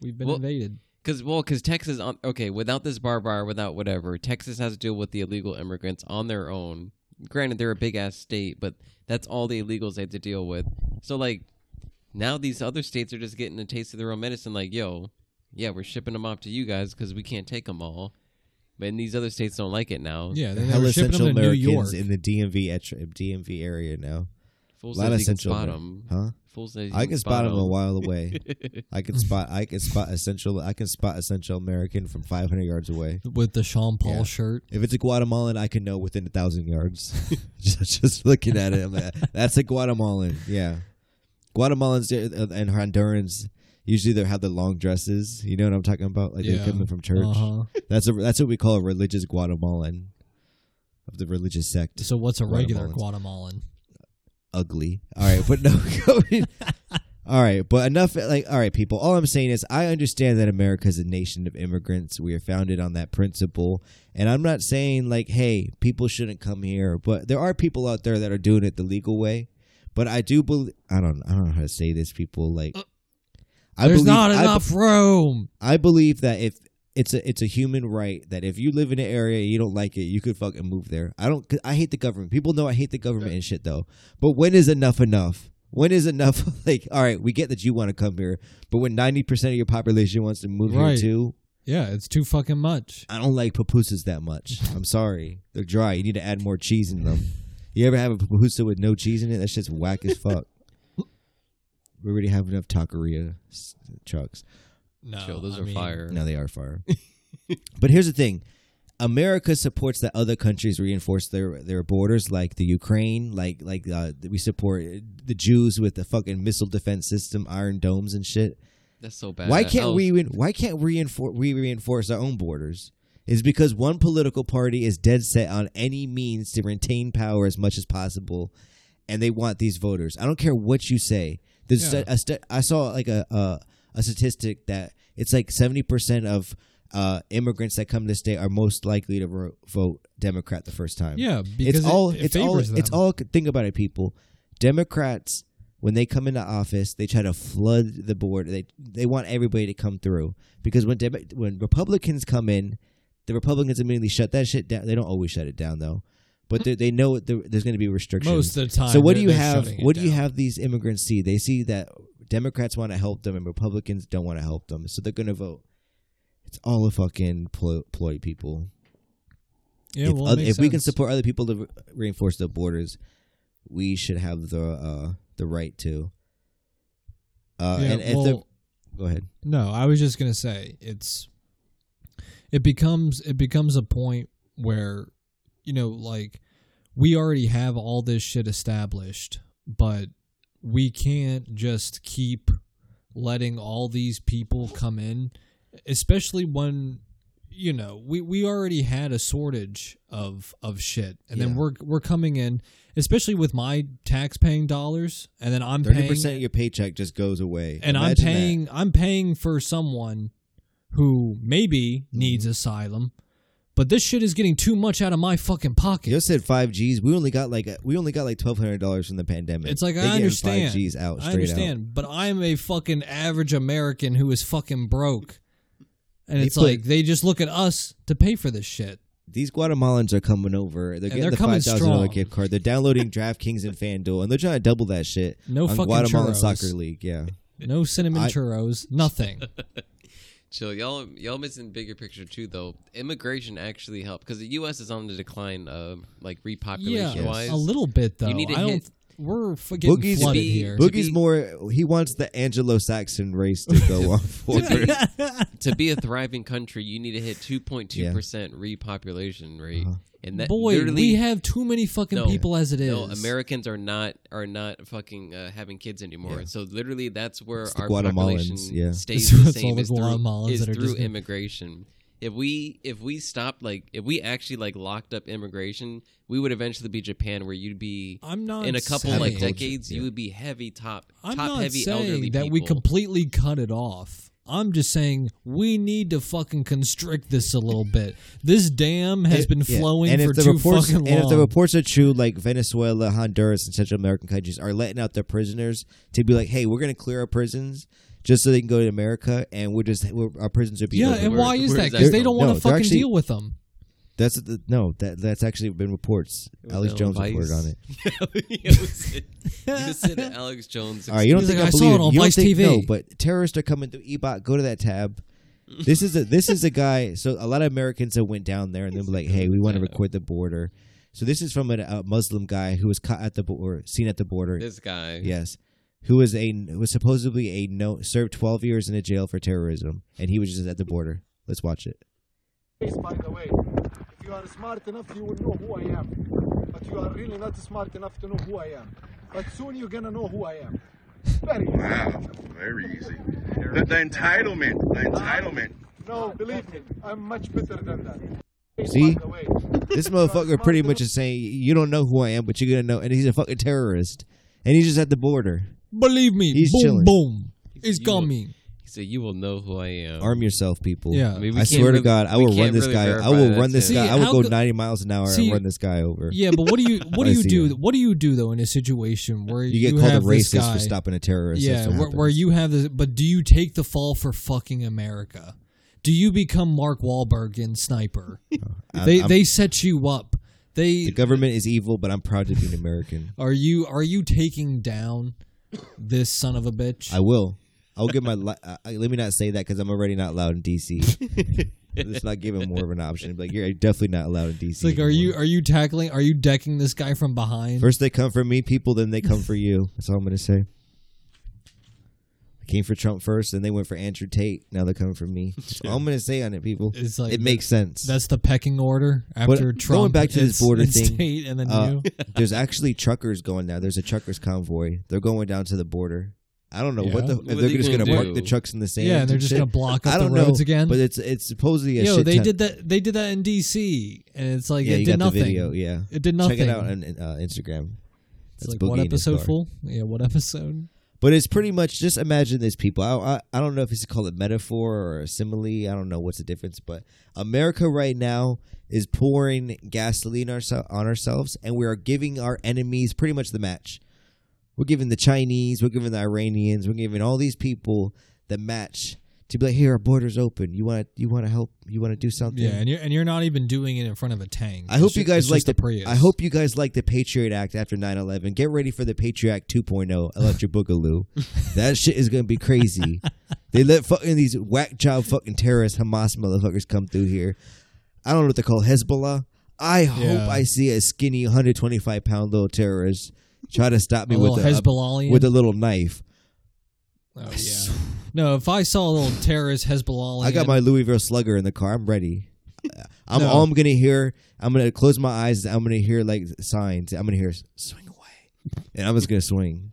Speaker 3: We've been
Speaker 2: Well-
Speaker 3: invaded.
Speaker 2: Because well, because Texas on okay without this barbed wire, without whatever, Texas has to deal with the illegal immigrants on their own. Granted, they're a big ass state, but that's all the illegals they have to deal with. So like now, these other states are just getting a taste of their own medicine. Like yo, yeah, we're shipping them off to you guys because we can't take them all. But and these other states don't like it now.
Speaker 3: Yeah, then they
Speaker 1: Hell
Speaker 3: were shipping
Speaker 1: essential
Speaker 3: them to New
Speaker 1: Americans
Speaker 3: York.
Speaker 1: in the DMV et- DMV area now.
Speaker 2: Fool
Speaker 1: A lot
Speaker 2: says
Speaker 1: of
Speaker 2: he can
Speaker 1: central,
Speaker 2: spot
Speaker 1: Amer-
Speaker 2: 'em.
Speaker 1: huh?
Speaker 2: Fool says he
Speaker 1: I can spot him
Speaker 2: 'em.
Speaker 1: a while away. I can spot. I can spot essential. I can spot essential American from 500 yards away.
Speaker 3: with the Sean Paul
Speaker 1: Yeah.
Speaker 3: shirt.
Speaker 1: If it's a Guatemalan, I can know within a thousand yards. just, just looking at it, I'm like, that's a Guatemalan. Yeah, Guatemalans uh, and Hondurans usually they have the long dresses. You know what I'm talking about? Like
Speaker 3: Yeah.
Speaker 1: they're coming from church.
Speaker 3: Uh-huh.
Speaker 1: That's a that's what we call a religious Guatemalan of the religious sect.
Speaker 3: So what's a regular
Speaker 1: Guatemalans.
Speaker 3: Guatemalan?
Speaker 1: ugly. All right, but no. going- all right, but enough. Like, all right, people. All I'm saying is, I understand that America is a nation of immigrants. We are founded on that principle, and I'm not saying like, hey, people shouldn't come here. But there are people out there that are doing it the legal way. But I do believe. I don't. I don't know how to say this. People like. I
Speaker 3: There's
Speaker 1: believe-
Speaker 3: not
Speaker 1: I be-
Speaker 3: enough room.
Speaker 1: I believe that if it's a it's a human right that if you live in an area and you don't like it, you could fucking move there. I don't. 'cause I hate the government. People know I hate the government and shit though. But when is enough enough? When is enough? Like, all right, we get that you want to come here, but when ninety percent of your population wants to move
Speaker 3: Right.
Speaker 1: here too,
Speaker 3: Yeah, it's too fucking much.
Speaker 1: I don't like pupusas that much. I'm sorry, they're dry. You need to add more cheese in them. You ever have a pupusa with no cheese in it? That shit's whack as fuck. we already have enough taqueria s- trucks.
Speaker 3: No,
Speaker 2: Chill, those
Speaker 3: I
Speaker 2: are
Speaker 3: mean,
Speaker 2: fire.
Speaker 1: No, they are fire. but here's the thing: America supports that other countries reinforce their their borders, like the Ukraine, like like uh, we support the Jews with the fucking missile defense system, Iron Domes and shit.
Speaker 2: That's so bad.
Speaker 1: Why can't
Speaker 2: Oh,
Speaker 1: we? rein- Why can't we reinforce we reinforce our own borders? Is because one political party is dead set on any means to retain power as much as possible, and they want these voters. I don't care what you say. There's
Speaker 3: Yeah.
Speaker 1: st- a st- I saw like a, a a statistic that it's like seventy percent of uh, immigrants that come to state are most likely to ro- vote Democrat the first time
Speaker 3: Yeah, because
Speaker 1: it's
Speaker 3: it-
Speaker 1: all
Speaker 3: it
Speaker 1: it's all
Speaker 3: favors them.
Speaker 1: it's all think about it people democrats when they come into office they try to flood the board they they want everybody to come through because when Demo- when republicans come in the republicans immediately shut that shit down they don't always shut it down though but they, they know there- there's going to be restrictions
Speaker 3: most of the time.
Speaker 1: so what do
Speaker 3: they're-
Speaker 1: you
Speaker 3: they're
Speaker 1: have
Speaker 3: shutting it
Speaker 1: what do you
Speaker 3: down.
Speaker 1: have these immigrants see they see that democrats want to help them and republicans don't want to help them so they're going to vote It's all a fucking ploy, ploy people.
Speaker 3: Yeah,
Speaker 1: if
Speaker 3: well, it
Speaker 1: oth-
Speaker 3: makes
Speaker 1: if we can
Speaker 3: sense.
Speaker 1: support other people to re- reinforce the borders, we should have the uh, the right to. Uh,
Speaker 3: Yeah,
Speaker 1: and if
Speaker 3: well,
Speaker 1: the go ahead.
Speaker 3: No, I was just gonna say it's it becomes it becomes a point where you know like we already have all this shit established, but we can't just keep letting all these people come in, especially when you know we we already had a shortage of of shit, and
Speaker 1: Yeah.
Speaker 3: then we're we're coming in, especially with my tax paying dollars, and then I'm
Speaker 1: Thirty
Speaker 3: paying
Speaker 1: percent of your paycheck just goes away,
Speaker 3: and I'm
Speaker 1: Imagine that.
Speaker 3: paying I'm paying for someone who maybe
Speaker 1: Mm-hmm.
Speaker 3: needs asylum, but this shit is getting too much out of my fucking pocket.
Speaker 1: You said five Gs. We only got like uh, we only got like twelve hundred dollars from the pandemic.
Speaker 3: It's like,
Speaker 1: They
Speaker 3: I
Speaker 1: getting
Speaker 3: understand.
Speaker 1: Five Gs out straight
Speaker 3: I understand, but I'm a fucking average American who is fucking broke. And
Speaker 1: They
Speaker 3: it's
Speaker 1: put-
Speaker 3: like they just look at us to pay for this shit.
Speaker 1: out. These Guatemalans are coming over. They're getting
Speaker 3: they're
Speaker 1: the
Speaker 3: coming
Speaker 1: five thousand dollar
Speaker 3: strong.
Speaker 1: gift card. They're downloading DraftKings and FanDuel, and they're trying to double that shit
Speaker 3: No
Speaker 1: on
Speaker 3: fucking
Speaker 1: Guatemalan
Speaker 3: churros.
Speaker 1: soccer league. Yeah,
Speaker 3: No cinnamon
Speaker 1: I-
Speaker 3: churros, nothing.
Speaker 2: Chill, y'all. Y'all missing bigger picture too, though. Immigration actually helped because the U.S. is on the decline, uh, like repopulation
Speaker 3: yeah,
Speaker 2: wise.
Speaker 3: a little bit though.
Speaker 2: You need to
Speaker 3: I don't.
Speaker 2: hit-
Speaker 3: We're f- getting
Speaker 1: Boogie's
Speaker 3: flooded
Speaker 2: be-
Speaker 3: here.
Speaker 2: Boog-
Speaker 1: Boogie's
Speaker 2: be-
Speaker 1: more. He wants the Anglo-Saxon race to go on forward.
Speaker 2: to be a thriving country, you need to hit 2.2 percent repopulation rate,
Speaker 1: Uh-huh.
Speaker 2: and that
Speaker 3: Boy,
Speaker 2: literally
Speaker 3: we have too many fucking
Speaker 2: No.
Speaker 3: people as it is.
Speaker 2: no Americans are not are not fucking uh, having kids anymore. So literally, that's where
Speaker 1: the
Speaker 2: our
Speaker 1: Guatemalans,
Speaker 2: population
Speaker 1: yeah.
Speaker 2: stays
Speaker 3: So
Speaker 2: the
Speaker 3: it's all
Speaker 2: same.
Speaker 3: the
Speaker 2: Is through,
Speaker 3: Guatemalans
Speaker 2: is
Speaker 3: that are
Speaker 2: through
Speaker 3: just-
Speaker 2: immigration. If we if we stopped like if we actually like locked up immigration, we would eventually be Japan, where you'd be
Speaker 3: I'm not
Speaker 2: in a couple
Speaker 3: saying,
Speaker 2: like
Speaker 1: Agriculture,
Speaker 2: decades,
Speaker 1: yeah.
Speaker 2: you would be heavy top
Speaker 3: I'm
Speaker 2: top
Speaker 3: not
Speaker 2: heavy elderly
Speaker 3: saying that we
Speaker 2: people.
Speaker 3: completely cut it off. I'm just saying we need to fucking constrict this a little bit. This dam has been
Speaker 1: Yeah.
Speaker 3: flowing
Speaker 1: and
Speaker 3: for
Speaker 1: if the
Speaker 3: too
Speaker 1: reports,
Speaker 3: fucking long.
Speaker 1: And if the reports are true, like Venezuela, Honduras, and Central American countries are letting out their prisoners to be like, "Hey, we're going to clear our prisons just so they can go to America, and we're just we're, our prisons are being
Speaker 3: yeah,
Speaker 1: opened."
Speaker 3: and
Speaker 2: Where-
Speaker 3: why is
Speaker 2: where
Speaker 3: that?
Speaker 2: is that
Speaker 3: Because they
Speaker 2: from?
Speaker 3: don't want
Speaker 1: No,
Speaker 3: to
Speaker 1: they're
Speaker 3: fucking
Speaker 1: actually-
Speaker 3: deal with them.
Speaker 1: That's the, no, that that's actually been reports.
Speaker 2: was
Speaker 1: Alex
Speaker 2: on
Speaker 1: Jones
Speaker 2: Vice.
Speaker 1: reported on it.
Speaker 2: you said- you said that Alex Jones.
Speaker 1: All right, you don't
Speaker 3: He's
Speaker 1: think
Speaker 3: like,
Speaker 1: I
Speaker 3: "I saw
Speaker 1: believe
Speaker 3: it
Speaker 1: him.
Speaker 3: on
Speaker 1: you don't
Speaker 3: Vice
Speaker 1: think-
Speaker 3: TV.
Speaker 1: No, but terrorists are coming through Ebot. Go to that tab. This is a this is a guy. So a lot of Americans have went down there and they're like, "Hey, we want to record the border." So this is from a, a Muslim guy who was caught at the border, seen at the border
Speaker 2: this guy.
Speaker 1: Yes. Who was a who was supposedly a no served twelve years in a jail for terrorism, and he was just at the border. Let's watch it.
Speaker 4: Please, by the way, if you are smart enough, you will know who I am. But you are really not smart enough to know who I am. But soon you're gonna know who I am. Very.
Speaker 5: Wow, very easy. The, the entitlement, the entitlement.
Speaker 4: No, believe me, I'm much better than that. Please,
Speaker 1: See?
Speaker 4: by the way,
Speaker 1: This motherfucker pretty much is saying, "You don't know who I am, but you're gonna know." And he's a fucking terrorist, and he's just at the border.
Speaker 3: Believe me,
Speaker 1: He's
Speaker 3: boom,
Speaker 1: chilling.
Speaker 3: boom, it's
Speaker 2: You-
Speaker 3: coming.
Speaker 2: He said, "You will know who I am."
Speaker 1: Arm yourself, people.
Speaker 3: Yeah. I mean,
Speaker 2: we
Speaker 1: I
Speaker 2: can't
Speaker 1: swear to
Speaker 2: really-
Speaker 1: God, I
Speaker 2: we
Speaker 1: will run
Speaker 2: can't
Speaker 1: this
Speaker 2: really
Speaker 1: guy. I
Speaker 2: verify
Speaker 1: will
Speaker 2: that,
Speaker 1: run this
Speaker 2: yeah.
Speaker 1: guy.
Speaker 3: See,
Speaker 1: I will
Speaker 3: how
Speaker 1: go
Speaker 3: go-
Speaker 1: ninety miles an hour
Speaker 3: See-
Speaker 1: and run this guy over.
Speaker 3: Yeah, but what do you what do
Speaker 1: I
Speaker 3: you
Speaker 1: see
Speaker 3: do?
Speaker 1: it.
Speaker 3: What do you do though in a situation where
Speaker 1: You get called a
Speaker 3: have this
Speaker 1: racist
Speaker 3: guy-
Speaker 1: for stopping a terrorist. That's
Speaker 3: Yeah,
Speaker 1: what
Speaker 3: where, where
Speaker 1: happens.
Speaker 3: you have this, but do you take the fall for fucking America? Do you become Mark Wahlberg in Sniper?
Speaker 1: I'm-
Speaker 3: they
Speaker 1: I'm-
Speaker 3: they set you up. They
Speaker 1: the government is evil, but I'm proud to be an American.
Speaker 3: are you are you taking down this son of a bitch?
Speaker 1: I will. I'll give my. Li- I, I- let me not say that because I'm already not allowed in DC. Let's not give him more of an option. Like you're definitely not allowed in DC.
Speaker 3: it's like are you
Speaker 1: anymore.
Speaker 3: are you tackling are you decking this guy from behind?
Speaker 1: First they come for me, people. Then they come for you. That's all I'm gonna say. I came for Trump first, then they went for Andrew Tate. Now they're coming for me. That's all I'm gonna say on it, people.
Speaker 3: It's like
Speaker 1: it makes sense.
Speaker 3: that's the pecking order after
Speaker 1: going
Speaker 3: Trump.
Speaker 1: back to this
Speaker 3: it's-
Speaker 1: border
Speaker 3: it's
Speaker 1: thing,
Speaker 3: Tate and then
Speaker 1: Uh,
Speaker 3: you.
Speaker 1: there's actually truckers going now. There's a truckers convoy. They're going down to the border. I don't know what the. if
Speaker 3: Yeah.
Speaker 2: What
Speaker 1: they're
Speaker 2: are they
Speaker 1: just
Speaker 2: gonna
Speaker 1: gonna park
Speaker 2: do?
Speaker 1: the trucks in the sand.
Speaker 3: Yeah, and they're just
Speaker 1: shit.
Speaker 3: gonna block up
Speaker 1: I
Speaker 3: the
Speaker 1: don't
Speaker 3: roads
Speaker 1: know,
Speaker 3: again.
Speaker 1: But it's it's supposedly a
Speaker 3: Yo,
Speaker 1: shit
Speaker 3: they
Speaker 1: ton-
Speaker 3: did that. They did that in D.C. and it's like
Speaker 1: Yeah,
Speaker 3: it
Speaker 1: you
Speaker 3: did
Speaker 1: got
Speaker 3: nothing.
Speaker 1: the video. Yeah,
Speaker 3: It did nothing.
Speaker 1: Check it out on uh, Instagram.
Speaker 3: It's
Speaker 1: That's
Speaker 3: like what
Speaker 1: Boogie in his
Speaker 3: episode
Speaker 1: car.
Speaker 3: full? Yeah, what episode?
Speaker 1: But it's pretty much just imagine these people. I, I I don't know if it's called a metaphor or a simile. I don't know what's the difference, but America right now is pouring gasoline ourse- on ourselves, and we are giving our enemies pretty much the match. We're giving the Chinese, we're giving the Iranians, we're giving all these people the match to be like, here, our borders open. You want to, you want to help. You want to do something.
Speaker 3: Yeah, and you're and you're not even doing it in front of a tank.
Speaker 1: I
Speaker 3: It's
Speaker 1: hope
Speaker 3: ju-
Speaker 1: you guys
Speaker 3: it's
Speaker 1: like
Speaker 3: just a
Speaker 1: the
Speaker 3: Prius.
Speaker 1: I hope you guys like the Patriot Act after 9/11. Get ready for the Patriot Act 2.0 Electric Boogaloo. that shit is going to be crazy. they let fucking these whack job fucking terrorist Hamas motherfuckers come through here. I don't know what they call Hezbollah. I
Speaker 3: Yeah.
Speaker 1: hope I see a skinny 125 pound little terrorist try to stop me
Speaker 3: a
Speaker 1: with
Speaker 3: little
Speaker 1: a
Speaker 3: Hezbollah.
Speaker 1: with a little knife.
Speaker 3: oh, yeah. No, if I saw a little terrorist Hezbollah,
Speaker 1: I got my Louisville Slugger in the car. I'm ready. I'm
Speaker 3: No.
Speaker 1: all I'm gonna hear. I'm gonna close my eyes. I'm gonna hear like signs. I'm gonna hear swing away, and I'm just gonna swing.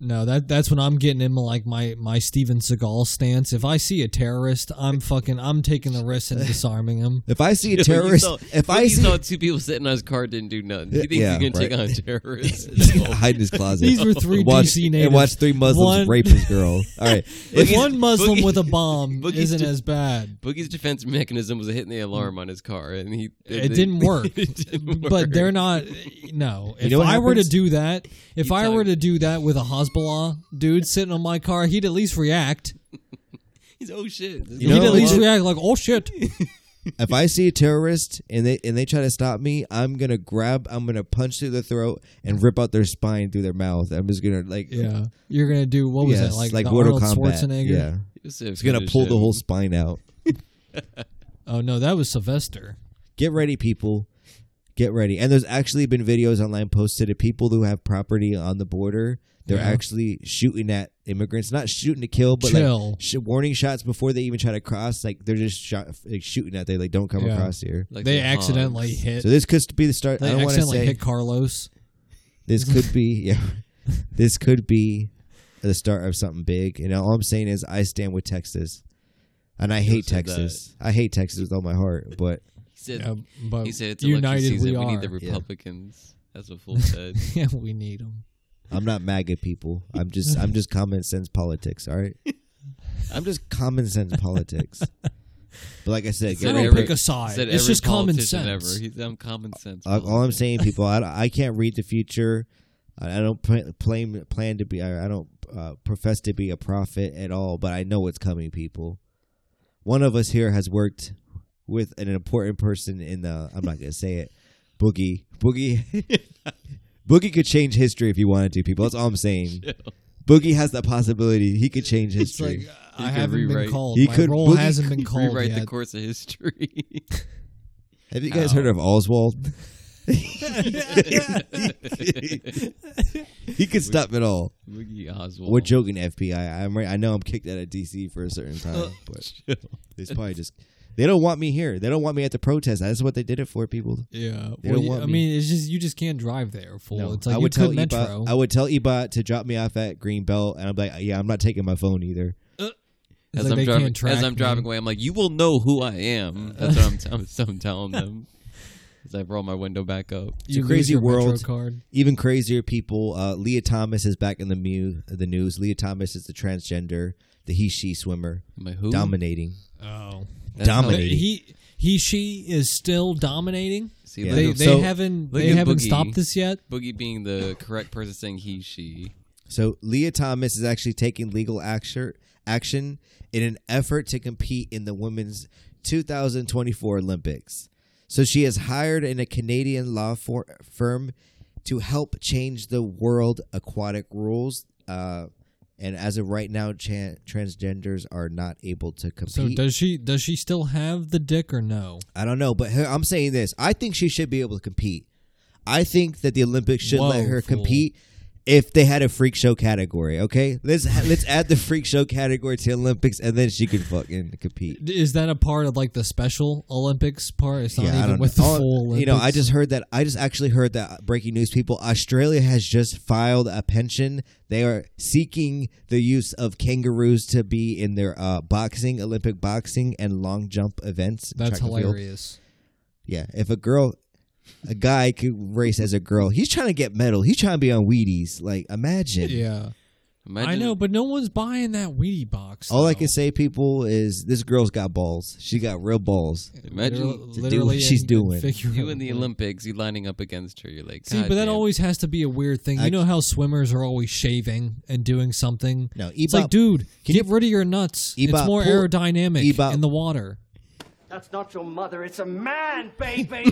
Speaker 3: No, that that's when I'm getting in like my my Steven Seagal stance. If I see a terrorist, I'm fucking I'm taking the risk and disarming him.
Speaker 1: If I see
Speaker 2: You
Speaker 1: a terrorist,
Speaker 2: saw-
Speaker 1: if
Speaker 2: when
Speaker 1: I
Speaker 2: you
Speaker 1: see,
Speaker 2: saw two people sitting on his car didn't do nothing. He thinks
Speaker 1: Yeah,
Speaker 2: he's gonna take on
Speaker 1: right.
Speaker 2: terrorists.
Speaker 1: hide in his closet.
Speaker 3: These were three
Speaker 1: and watch,
Speaker 3: DC natives.
Speaker 1: and watch three Muslims
Speaker 3: One-
Speaker 1: rape his girl. All right,
Speaker 3: If
Speaker 1: If-
Speaker 3: one Muslim
Speaker 2: Boogie-
Speaker 3: with a bomb
Speaker 2: Boogie's
Speaker 3: isn't
Speaker 2: just-
Speaker 3: as bad.
Speaker 2: Boogie's defense mechanism was hitting the alarm on his car, and he
Speaker 3: It didn't work.
Speaker 2: It didn't
Speaker 3: But they're
Speaker 2: work.
Speaker 3: not no. If
Speaker 1: know what
Speaker 3: I were to
Speaker 1: happens?
Speaker 3: do that, if
Speaker 2: You
Speaker 3: I
Speaker 2: tell
Speaker 3: were
Speaker 2: him.
Speaker 3: to do that with a Hezbollah dude sitting on my car, he'd at least react.
Speaker 2: He's oh shit. This
Speaker 1: You
Speaker 2: is
Speaker 1: know
Speaker 3: he'd at
Speaker 1: what?
Speaker 3: least react like, "Oh shit."
Speaker 1: if I see a terrorist and they and they try to stop me, I'm gonna grab. I'm gonna punch through the throat and rip out their spine through their mouth. I'm just gonna like
Speaker 3: Yeah. You're going to do what was
Speaker 1: yes,
Speaker 3: that? Like,
Speaker 1: like
Speaker 3: the
Speaker 1: Mortal
Speaker 3: Arnold
Speaker 1: Kombat.
Speaker 3: Schwarzenegger.
Speaker 1: Yeah,
Speaker 2: It's a
Speaker 1: it's gonna
Speaker 2: good
Speaker 1: pull the
Speaker 2: shit.
Speaker 1: whole spine out.
Speaker 3: Oh no, that was Sylvester.
Speaker 1: get ready people get ready and there's actually been videos online posted of people who have property on the border they're
Speaker 3: Yeah.
Speaker 1: actually shooting at immigrants not shooting to kill but
Speaker 3: Chill.
Speaker 1: like sh- warning shots before they even try to cross like they're just shot, like, shooting at they like don't come
Speaker 3: Yeah.
Speaker 1: across here
Speaker 2: Like
Speaker 3: they
Speaker 2: the
Speaker 3: accidentally
Speaker 2: hogs.
Speaker 3: hit
Speaker 1: so this could be the start
Speaker 3: They
Speaker 1: i don't want to
Speaker 3: accidentally
Speaker 1: say
Speaker 3: hit Carlos.
Speaker 1: this could be yeah this could be the start of something big and all i'm saying is i stand with texas and i hate
Speaker 2: said that.
Speaker 1: texas i hate texas with all my heart but
Speaker 2: He said,
Speaker 3: Yeah, but
Speaker 2: he said it's election
Speaker 3: Uh, united
Speaker 2: season. We,
Speaker 3: we are.
Speaker 2: need the Republicans. That's what Fool said.
Speaker 3: yeah, we need them.
Speaker 1: I'm not MAGA people. I'm just I'm just common sense politics. All right, I'm just common sense politics. But like I said,
Speaker 2: Said
Speaker 1: get
Speaker 3: I don't
Speaker 1: ready.
Speaker 2: every-
Speaker 3: pick a side.
Speaker 2: said
Speaker 3: It's
Speaker 2: every
Speaker 3: just common
Speaker 2: politician
Speaker 3: sense.
Speaker 2: Ever. He's, I'm common sense.
Speaker 1: Uh, all I'm saying, people, I, I can't read the future. I I don't pl- plan plan to be. I I don't uh, profess to be a prophet at all, but I know what's coming, people. One of us here has worked with an important person in the. I'm not gonna say it. Boogie, boogie, boogie could change history if he wanted to. People, that's all I'm saying. Boogie has the possibility he could change
Speaker 3: It's
Speaker 1: history.
Speaker 3: like I
Speaker 2: could
Speaker 3: haven't been
Speaker 2: rewrite-
Speaker 3: called.
Speaker 1: He
Speaker 3: My
Speaker 1: could
Speaker 3: role
Speaker 1: boogie-
Speaker 3: hasn't been called
Speaker 2: Rewrite
Speaker 3: yet.
Speaker 2: the course of history.
Speaker 1: Have you guys heard of Oswald? he could stop it all.
Speaker 2: Boogie Oswald.
Speaker 1: We're joking, FBI. I'm right. I know I'm kicked out of DC for a certain
Speaker 3: Uh,
Speaker 1: time, but it's probably just they don't want me here. They don't want me at the protest. That's what they did it for, people.
Speaker 3: Yeah,
Speaker 1: They
Speaker 3: well,
Speaker 1: don't
Speaker 3: you-
Speaker 1: want
Speaker 3: I
Speaker 1: me.
Speaker 3: mean, it's just you just can't drive there, fool. It's like
Speaker 1: I
Speaker 3: you
Speaker 1: would tell
Speaker 3: could
Speaker 1: Ebot,
Speaker 3: metro.
Speaker 1: I would tell Ebot to drop me off at Greenbelt, and I'm like, yeah, I'm not taking my phone either.
Speaker 3: It's
Speaker 2: As
Speaker 3: like
Speaker 2: I'm
Speaker 3: they
Speaker 2: driving,
Speaker 3: can't track
Speaker 2: as I'm driving
Speaker 3: me.
Speaker 2: away, I'm like, you will know who I am. That's what I'm, t- I'm, I'm telling them. As I roll my window back up.
Speaker 3: You lose
Speaker 1: crazy
Speaker 3: your Metro
Speaker 1: world.
Speaker 3: Card.
Speaker 1: Even crazier people. Uh, Leah Thomas is back in the mu- the news. Leah Thomas is the transgender, the he she swimmer,
Speaker 2: I'm like, who?
Speaker 1: dominating.
Speaker 3: Oh,
Speaker 2: That's how-
Speaker 1: Dominate. Dominating.
Speaker 3: he he she is still dominating.
Speaker 2: See,
Speaker 1: Yeah.
Speaker 2: look
Speaker 3: They
Speaker 2: at-
Speaker 3: they
Speaker 1: So-
Speaker 3: haven't
Speaker 2: look
Speaker 3: they
Speaker 2: at
Speaker 3: haven't
Speaker 2: Boogie.
Speaker 3: stopped this yet.
Speaker 2: Boogie being the correct person saying he, she.
Speaker 1: So Leah Thomas is actually taking legal action action in an effort to compete in the women's 2024 Olympics. So she has hired in a Canadian law for, firm to help change the world aquatic rules. Uh, and as of right now, chan transgenders are not able to compete.
Speaker 3: So does she does she still have the dick or no?
Speaker 1: I don't know, but her, I'm saying this. I think she should be able to compete. I think that the Olympics should let
Speaker 3: Whoa,
Speaker 1: her
Speaker 3: fool.
Speaker 1: compete if they had a freak show category. Okay, let's let's add the freak show category to Olympics, and then she can fucking compete.
Speaker 3: Is that a part of like the special Olympics part? It's not
Speaker 1: Yeah, I
Speaker 3: even
Speaker 1: don't
Speaker 3: with
Speaker 1: know.
Speaker 3: the
Speaker 1: All-
Speaker 3: full. Olympics.
Speaker 1: you know, I just heard that. I just actually heard that breaking news. People, Australia has just filed a pension. They are seeking the use of kangaroos to be in their uh, boxing, Olympic boxing, and long jump events.
Speaker 3: that's
Speaker 1: track and field.
Speaker 3: hilarious.
Speaker 1: Yeah, if a girl, a guy could race as a girl, he's trying to get medal. He's trying to be on Wheaties. Like, imagine.
Speaker 3: Yeah,
Speaker 2: Imagine,
Speaker 3: I know, but no one's buying that Wheatie box. sucks.
Speaker 1: All I
Speaker 3: though.
Speaker 1: can say, people, is this girl's got balls. She got real balls.
Speaker 3: Literal-
Speaker 2: Imagine
Speaker 1: do what
Speaker 3: literally
Speaker 1: she's
Speaker 3: and
Speaker 1: doing.
Speaker 3: figuratively.
Speaker 2: you in the Olympics, you lining up against her. You're like,
Speaker 3: See,
Speaker 2: God
Speaker 3: but that
Speaker 2: damn.
Speaker 3: always has to be a weird thing.
Speaker 1: I-
Speaker 3: you know how swimmers are always shaving and doing something.
Speaker 1: No,
Speaker 3: it's
Speaker 1: Ebop-
Speaker 3: like, dude,
Speaker 1: can
Speaker 3: get rid of your nuts.
Speaker 1: Ebop,
Speaker 3: it's more
Speaker 1: pull-
Speaker 3: aerodynamic
Speaker 1: Ebop-
Speaker 3: in the water.
Speaker 6: That's not your mother, it's a man, baby!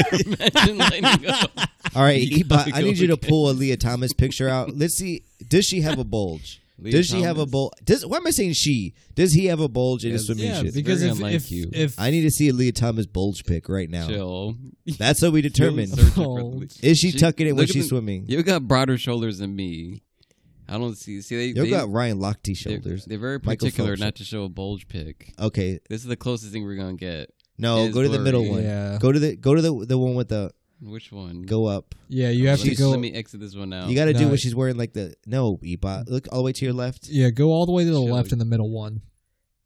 Speaker 2: Imagine lining up.
Speaker 1: All right, Ebot,
Speaker 2: gotta
Speaker 1: I
Speaker 2: go
Speaker 1: need you to
Speaker 2: again.
Speaker 1: pull a Leah Thomas picture out. Let's see. Does she have a bulge?
Speaker 2: Leah
Speaker 1: does she have a
Speaker 2: Thomas.
Speaker 1: bulge? Does why am I saying she? Does he have a bulge in his
Speaker 2: Yes.
Speaker 1: swimming
Speaker 3: Yeah,
Speaker 1: shit?
Speaker 3: because
Speaker 2: very
Speaker 3: if
Speaker 2: unlike
Speaker 3: if,
Speaker 2: you.
Speaker 3: if
Speaker 1: I need to see a Leah Thomas bulge pic right now.
Speaker 2: Chill.
Speaker 1: That's what we determined.
Speaker 2: Searching for
Speaker 3: Oh.
Speaker 2: the-
Speaker 1: Is she tucking it when
Speaker 2: look at
Speaker 1: she's
Speaker 2: the-
Speaker 1: swimming?
Speaker 2: You got broader shoulders than me. I don't see. See, they,
Speaker 1: You
Speaker 2: they,
Speaker 1: got Ryan Lochte
Speaker 2: they're,
Speaker 1: shoulders.
Speaker 2: they're very
Speaker 1: Michael
Speaker 2: particular
Speaker 1: Phelps.
Speaker 2: not to show a bulge pick.
Speaker 1: Okay,
Speaker 2: This is the closest thing we're gonna get.
Speaker 1: no,
Speaker 2: Is
Speaker 1: go to the middle
Speaker 2: blurry.
Speaker 1: one.
Speaker 3: Yeah.
Speaker 1: Go to the go to the the one with the
Speaker 2: Which one?
Speaker 1: go up.
Speaker 3: yeah, you have
Speaker 2: Let
Speaker 3: to
Speaker 2: me,
Speaker 3: go.
Speaker 2: let me exit this one out.
Speaker 1: You got to do
Speaker 3: No.
Speaker 1: what she's wearing, like the no Ebot. Look all the way to your left.
Speaker 3: yeah, go all the way to the
Speaker 2: Shall
Speaker 3: left
Speaker 2: we-
Speaker 3: in the middle one.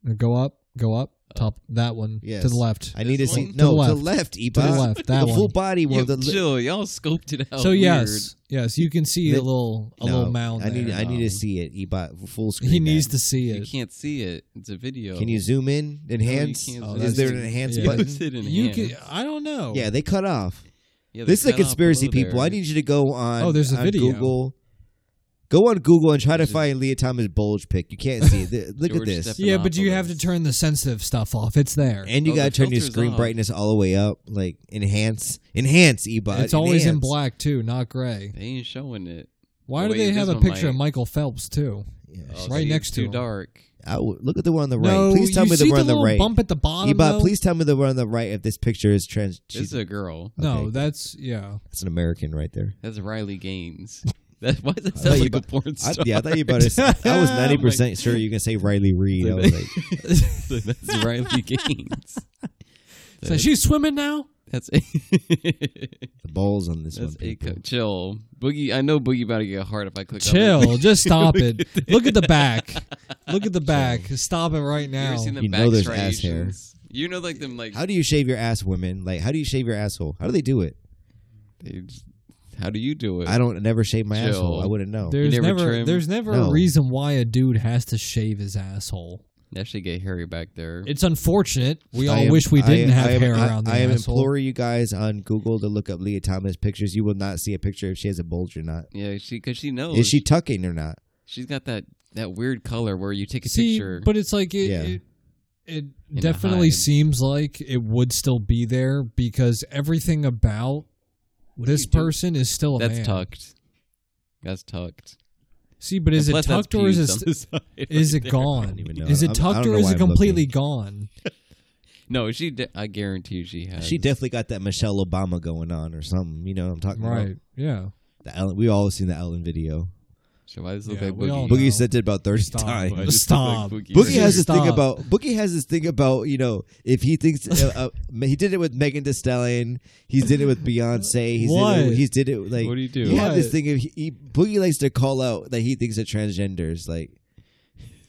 Speaker 3: Now Go up, go up, top that one
Speaker 1: Uh, Yes.
Speaker 3: to the left.
Speaker 1: I need to
Speaker 2: This
Speaker 1: see
Speaker 2: one?
Speaker 1: no
Speaker 3: To
Speaker 1: to
Speaker 3: the
Speaker 1: the left, Ebot.
Speaker 3: To the left, that
Speaker 1: the
Speaker 3: one.
Speaker 1: full body
Speaker 2: Yo,
Speaker 1: one. The li-
Speaker 2: chill, y'all scoped it out.
Speaker 3: so
Speaker 2: weird.
Speaker 3: yes, yes, you can see a
Speaker 1: The-
Speaker 3: little a
Speaker 1: Oh, No,
Speaker 3: little mound.
Speaker 1: I need
Speaker 3: there.
Speaker 1: I need to
Speaker 3: Um,
Speaker 1: see it, Ebot. Full screen.
Speaker 3: He needs
Speaker 1: now.
Speaker 3: to see
Speaker 2: you
Speaker 3: it.
Speaker 2: can't see it. It's a video.
Speaker 1: Can you zoom in? Enhance?
Speaker 2: can't
Speaker 3: zoom
Speaker 1: Is
Speaker 3: in.
Speaker 1: there an enhance
Speaker 3: Yeah.
Speaker 1: button?
Speaker 2: It's hidden
Speaker 3: You
Speaker 2: hand.
Speaker 3: can, I don't know.
Speaker 1: Yeah, they cut off.
Speaker 2: Yeah, they
Speaker 1: this is a
Speaker 2: cut off
Speaker 1: conspiracy,
Speaker 2: below
Speaker 1: people. I
Speaker 2: there.
Speaker 1: need you to go on.
Speaker 3: Oh, there's a
Speaker 1: on
Speaker 3: video.
Speaker 1: Google. Go on Google and try to
Speaker 2: There's a-
Speaker 1: find Leah Thomas bulge pic. You can't see it. Th- Look at
Speaker 2: George
Speaker 1: this.
Speaker 2: Stephan-
Speaker 3: Yeah, but you have to
Speaker 2: Phenopolis.
Speaker 3: turn the sensitive stuff off. It's there.
Speaker 1: And you
Speaker 2: Oh,
Speaker 1: gotta
Speaker 2: the
Speaker 1: turn your
Speaker 2: filter's
Speaker 1: screen
Speaker 2: off.
Speaker 1: brightness all the way up. Like enhance, enhance, Ebot.
Speaker 3: it's always in
Speaker 1: enhance.
Speaker 3: black too, not gray.
Speaker 2: They ain't showing it. Oh,
Speaker 3: Why do
Speaker 2: wait,
Speaker 3: they
Speaker 2: this
Speaker 3: have a
Speaker 2: one
Speaker 3: picture of
Speaker 2: might-
Speaker 3: Michael Phelps too?
Speaker 1: Yeah,
Speaker 2: Oh,
Speaker 1: shit.
Speaker 3: right
Speaker 2: see,
Speaker 3: next
Speaker 2: it's
Speaker 3: to
Speaker 2: too
Speaker 3: him.
Speaker 2: dark.
Speaker 1: I would- look at the one on the right.
Speaker 3: No,
Speaker 1: please tell
Speaker 3: you
Speaker 1: me the
Speaker 3: see
Speaker 1: one on
Speaker 3: the
Speaker 1: the
Speaker 3: little
Speaker 1: right.
Speaker 3: bump at the bottom.
Speaker 1: Ebot,
Speaker 3: though?
Speaker 1: please tell me the one on the right if this picture is trans.
Speaker 2: This
Speaker 1: She's,
Speaker 2: is a girl.
Speaker 3: No,
Speaker 1: Okay.
Speaker 3: that's yeah.
Speaker 1: that's an American right there.
Speaker 2: That's Riley Gaines. That, why does that
Speaker 1: I
Speaker 2: sound
Speaker 1: thought you
Speaker 2: like a
Speaker 1: bu-
Speaker 2: porn
Speaker 1: I,
Speaker 2: star?
Speaker 1: yeah, I thought you about to say, I was ninety percent sure you can say Riley Reed. I was like,
Speaker 2: So that's Riley Gaines.
Speaker 3: So she's swimming now.
Speaker 2: That's
Speaker 1: the balls on this
Speaker 2: that's
Speaker 1: one.
Speaker 2: a
Speaker 1: people.
Speaker 2: co- chill. Boogie, I know Boogie about to get hard if I click. On
Speaker 3: Chill,
Speaker 2: it.
Speaker 3: just stop it. Look at the back. Look at the back. Stop it right
Speaker 2: You
Speaker 3: now.
Speaker 2: ever seen them
Speaker 1: You
Speaker 2: back
Speaker 1: know there's ass hair.
Speaker 2: striations? You know, like them, like
Speaker 1: How do you shave your ass, women? Like, how do you shave your asshole? How do they do it?
Speaker 2: they just- how do you do it?
Speaker 1: I don't I never shave my
Speaker 2: Chill.
Speaker 1: asshole. I wouldn't know.
Speaker 3: There's
Speaker 2: never
Speaker 3: never,
Speaker 2: trim?
Speaker 3: there's never
Speaker 1: No.
Speaker 3: a reason why a dude has to shave his asshole.
Speaker 2: That should get hairy back there.
Speaker 3: It's unfortunate. We all
Speaker 1: I am-
Speaker 3: wish we
Speaker 1: I-
Speaker 3: didn't have
Speaker 1: I am-
Speaker 3: hair
Speaker 1: I-
Speaker 3: around the
Speaker 1: I am
Speaker 3: asshole.
Speaker 1: imploring you guys on Google to look up Leah Thomas pictures. You will not see a picture if she has a bulge or not.
Speaker 2: yeah, she because she knows
Speaker 1: Is she tucking or not?
Speaker 2: She's got that that weird color where you take a
Speaker 3: See,
Speaker 2: picture.
Speaker 3: but it's like it.
Speaker 1: Yeah.
Speaker 3: it it
Speaker 2: the
Speaker 3: definitely
Speaker 2: hide.
Speaker 3: seems like it would still be there because everything about
Speaker 2: do
Speaker 3: this
Speaker 2: you do?
Speaker 3: person is still a
Speaker 2: that's
Speaker 3: oh, man.
Speaker 2: tucked. That's tucked.
Speaker 3: See, but is
Speaker 2: And plus
Speaker 3: it
Speaker 2: that's
Speaker 3: tucked or is
Speaker 2: pubes
Speaker 3: it
Speaker 2: on
Speaker 3: st-
Speaker 2: the side
Speaker 3: is
Speaker 2: right
Speaker 3: it
Speaker 2: there.
Speaker 3: gone?
Speaker 1: even know.
Speaker 3: Is
Speaker 1: I'm-
Speaker 3: it
Speaker 1: I don't
Speaker 3: tucked
Speaker 1: know
Speaker 3: or is
Speaker 1: why
Speaker 3: it
Speaker 1: I'm
Speaker 3: completely
Speaker 1: looking.
Speaker 3: gone?
Speaker 2: No, she. De- I guarantee you she has.
Speaker 1: She definitely got that Michelle Obama going on or something. You know what I'm talking
Speaker 3: Right.
Speaker 1: about?
Speaker 3: Yeah.
Speaker 1: The Ellen, we all seen the Ellen video.
Speaker 2: So why does it look
Speaker 3: Yeah,
Speaker 2: like
Speaker 3: we all
Speaker 2: Boogie?
Speaker 3: know.
Speaker 1: Boogie said it about thirty
Speaker 3: Stop.
Speaker 1: times.
Speaker 2: Why does it look
Speaker 3: Stop.
Speaker 2: Like Boogie,
Speaker 1: Boogie has this
Speaker 3: Stop.
Speaker 1: thing about Boogie has this thing about you know if he thinks uh, uh, he did it with Megan Thee Stallion, he's did it with Beyonce, he's did it
Speaker 3: What?
Speaker 1: with, he's did it with, like
Speaker 2: What do you do?
Speaker 1: He had this
Speaker 3: What?
Speaker 1: thing of he, he, Boogie likes to call out that he thinks of transgenders like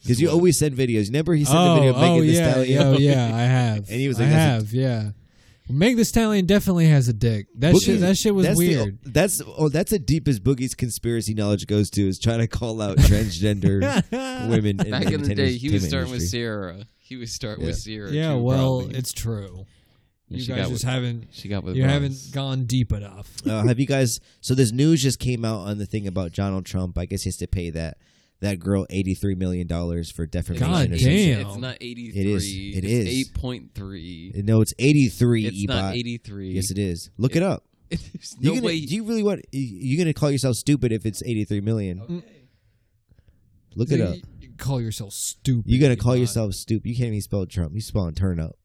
Speaker 1: because you always send videos. Remember he sent the
Speaker 3: oh,
Speaker 1: video of Megan
Speaker 3: oh,
Speaker 1: Thee
Speaker 3: yeah,
Speaker 1: Stallion.
Speaker 3: Oh yeah, I have.
Speaker 1: And he was
Speaker 3: I
Speaker 1: like, that's
Speaker 3: have, yeah. Meg the Stallion definitely has a dick. That
Speaker 1: Boogie-
Speaker 3: shit that shit was
Speaker 1: that's the-
Speaker 3: weird.
Speaker 1: that's oh, that's the deepest Boogie's conspiracy knowledge goes to is trying to call out transgender women. In
Speaker 2: Back in the
Speaker 1: entertainment-
Speaker 2: day, he
Speaker 1: entertainment
Speaker 2: was starting with
Speaker 1: industry.
Speaker 2: Sierra. He was starting with Sierra.
Speaker 3: yeah,
Speaker 2: too,
Speaker 3: well,
Speaker 2: probably.
Speaker 3: it's true.
Speaker 2: And
Speaker 3: You
Speaker 2: she
Speaker 3: guys
Speaker 2: got
Speaker 3: just
Speaker 2: with-
Speaker 3: haven't
Speaker 2: She got with.
Speaker 3: you
Speaker 2: Ross.
Speaker 3: haven't gone deep enough.
Speaker 1: uh, have you guys? So this news just came out on the thing about Donald Trump. I guess he has to pay that that girl eighty three million dollars for defamation.
Speaker 3: God
Speaker 1: or
Speaker 2: It's-
Speaker 1: something.
Speaker 3: damn.
Speaker 2: It's not eighty three.
Speaker 1: It is. It is.
Speaker 2: eight point three.
Speaker 1: No, it's eighty three.
Speaker 2: It's not eighty three.
Speaker 1: Yes, it is. Look it up.
Speaker 2: There's
Speaker 1: You
Speaker 2: no
Speaker 1: gonna,
Speaker 2: way.
Speaker 1: Do you really want? you- You gonna call yourself stupid if it's eighty three million? Look it up.
Speaker 3: You- you Call yourself stupid.
Speaker 1: You gonna
Speaker 3: if
Speaker 1: call
Speaker 3: not.
Speaker 1: yourself stupid? You can't even spell Trump. You spell turn up.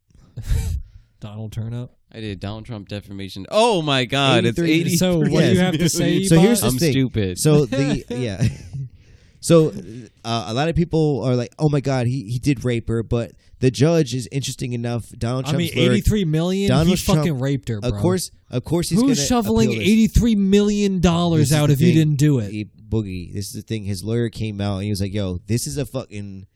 Speaker 3: Donald Turnup?
Speaker 2: I did Donald Trump defamation. Oh my God! It's
Speaker 1: 83.
Speaker 2: eighty.
Speaker 3: So what do
Speaker 1: Yes.
Speaker 3: you have to say?
Speaker 1: So here's
Speaker 3: Ebot?
Speaker 1: the
Speaker 2: I'm
Speaker 1: thing.
Speaker 2: stupid.
Speaker 1: So the yeah. So uh, a lot of people are like, "Oh my God, he, he did rape her," but the judge is interesting enough. Donald
Speaker 3: I mean
Speaker 1: Trump's lawyer-
Speaker 3: eighty three million
Speaker 1: Donald
Speaker 3: he
Speaker 1: Trump-
Speaker 3: fucking raped her, bro.
Speaker 1: Of course, of course, he's
Speaker 3: Who's
Speaker 1: gonna
Speaker 3: shoveling
Speaker 1: appeal this.
Speaker 3: eighty three million
Speaker 1: This
Speaker 3: dollars
Speaker 1: is
Speaker 3: out
Speaker 1: the
Speaker 3: if you
Speaker 1: thing.
Speaker 3: didn't do it?
Speaker 1: He- Boogie, this is the thing. His lawyer came out and he was like, "Yo, this is a fucking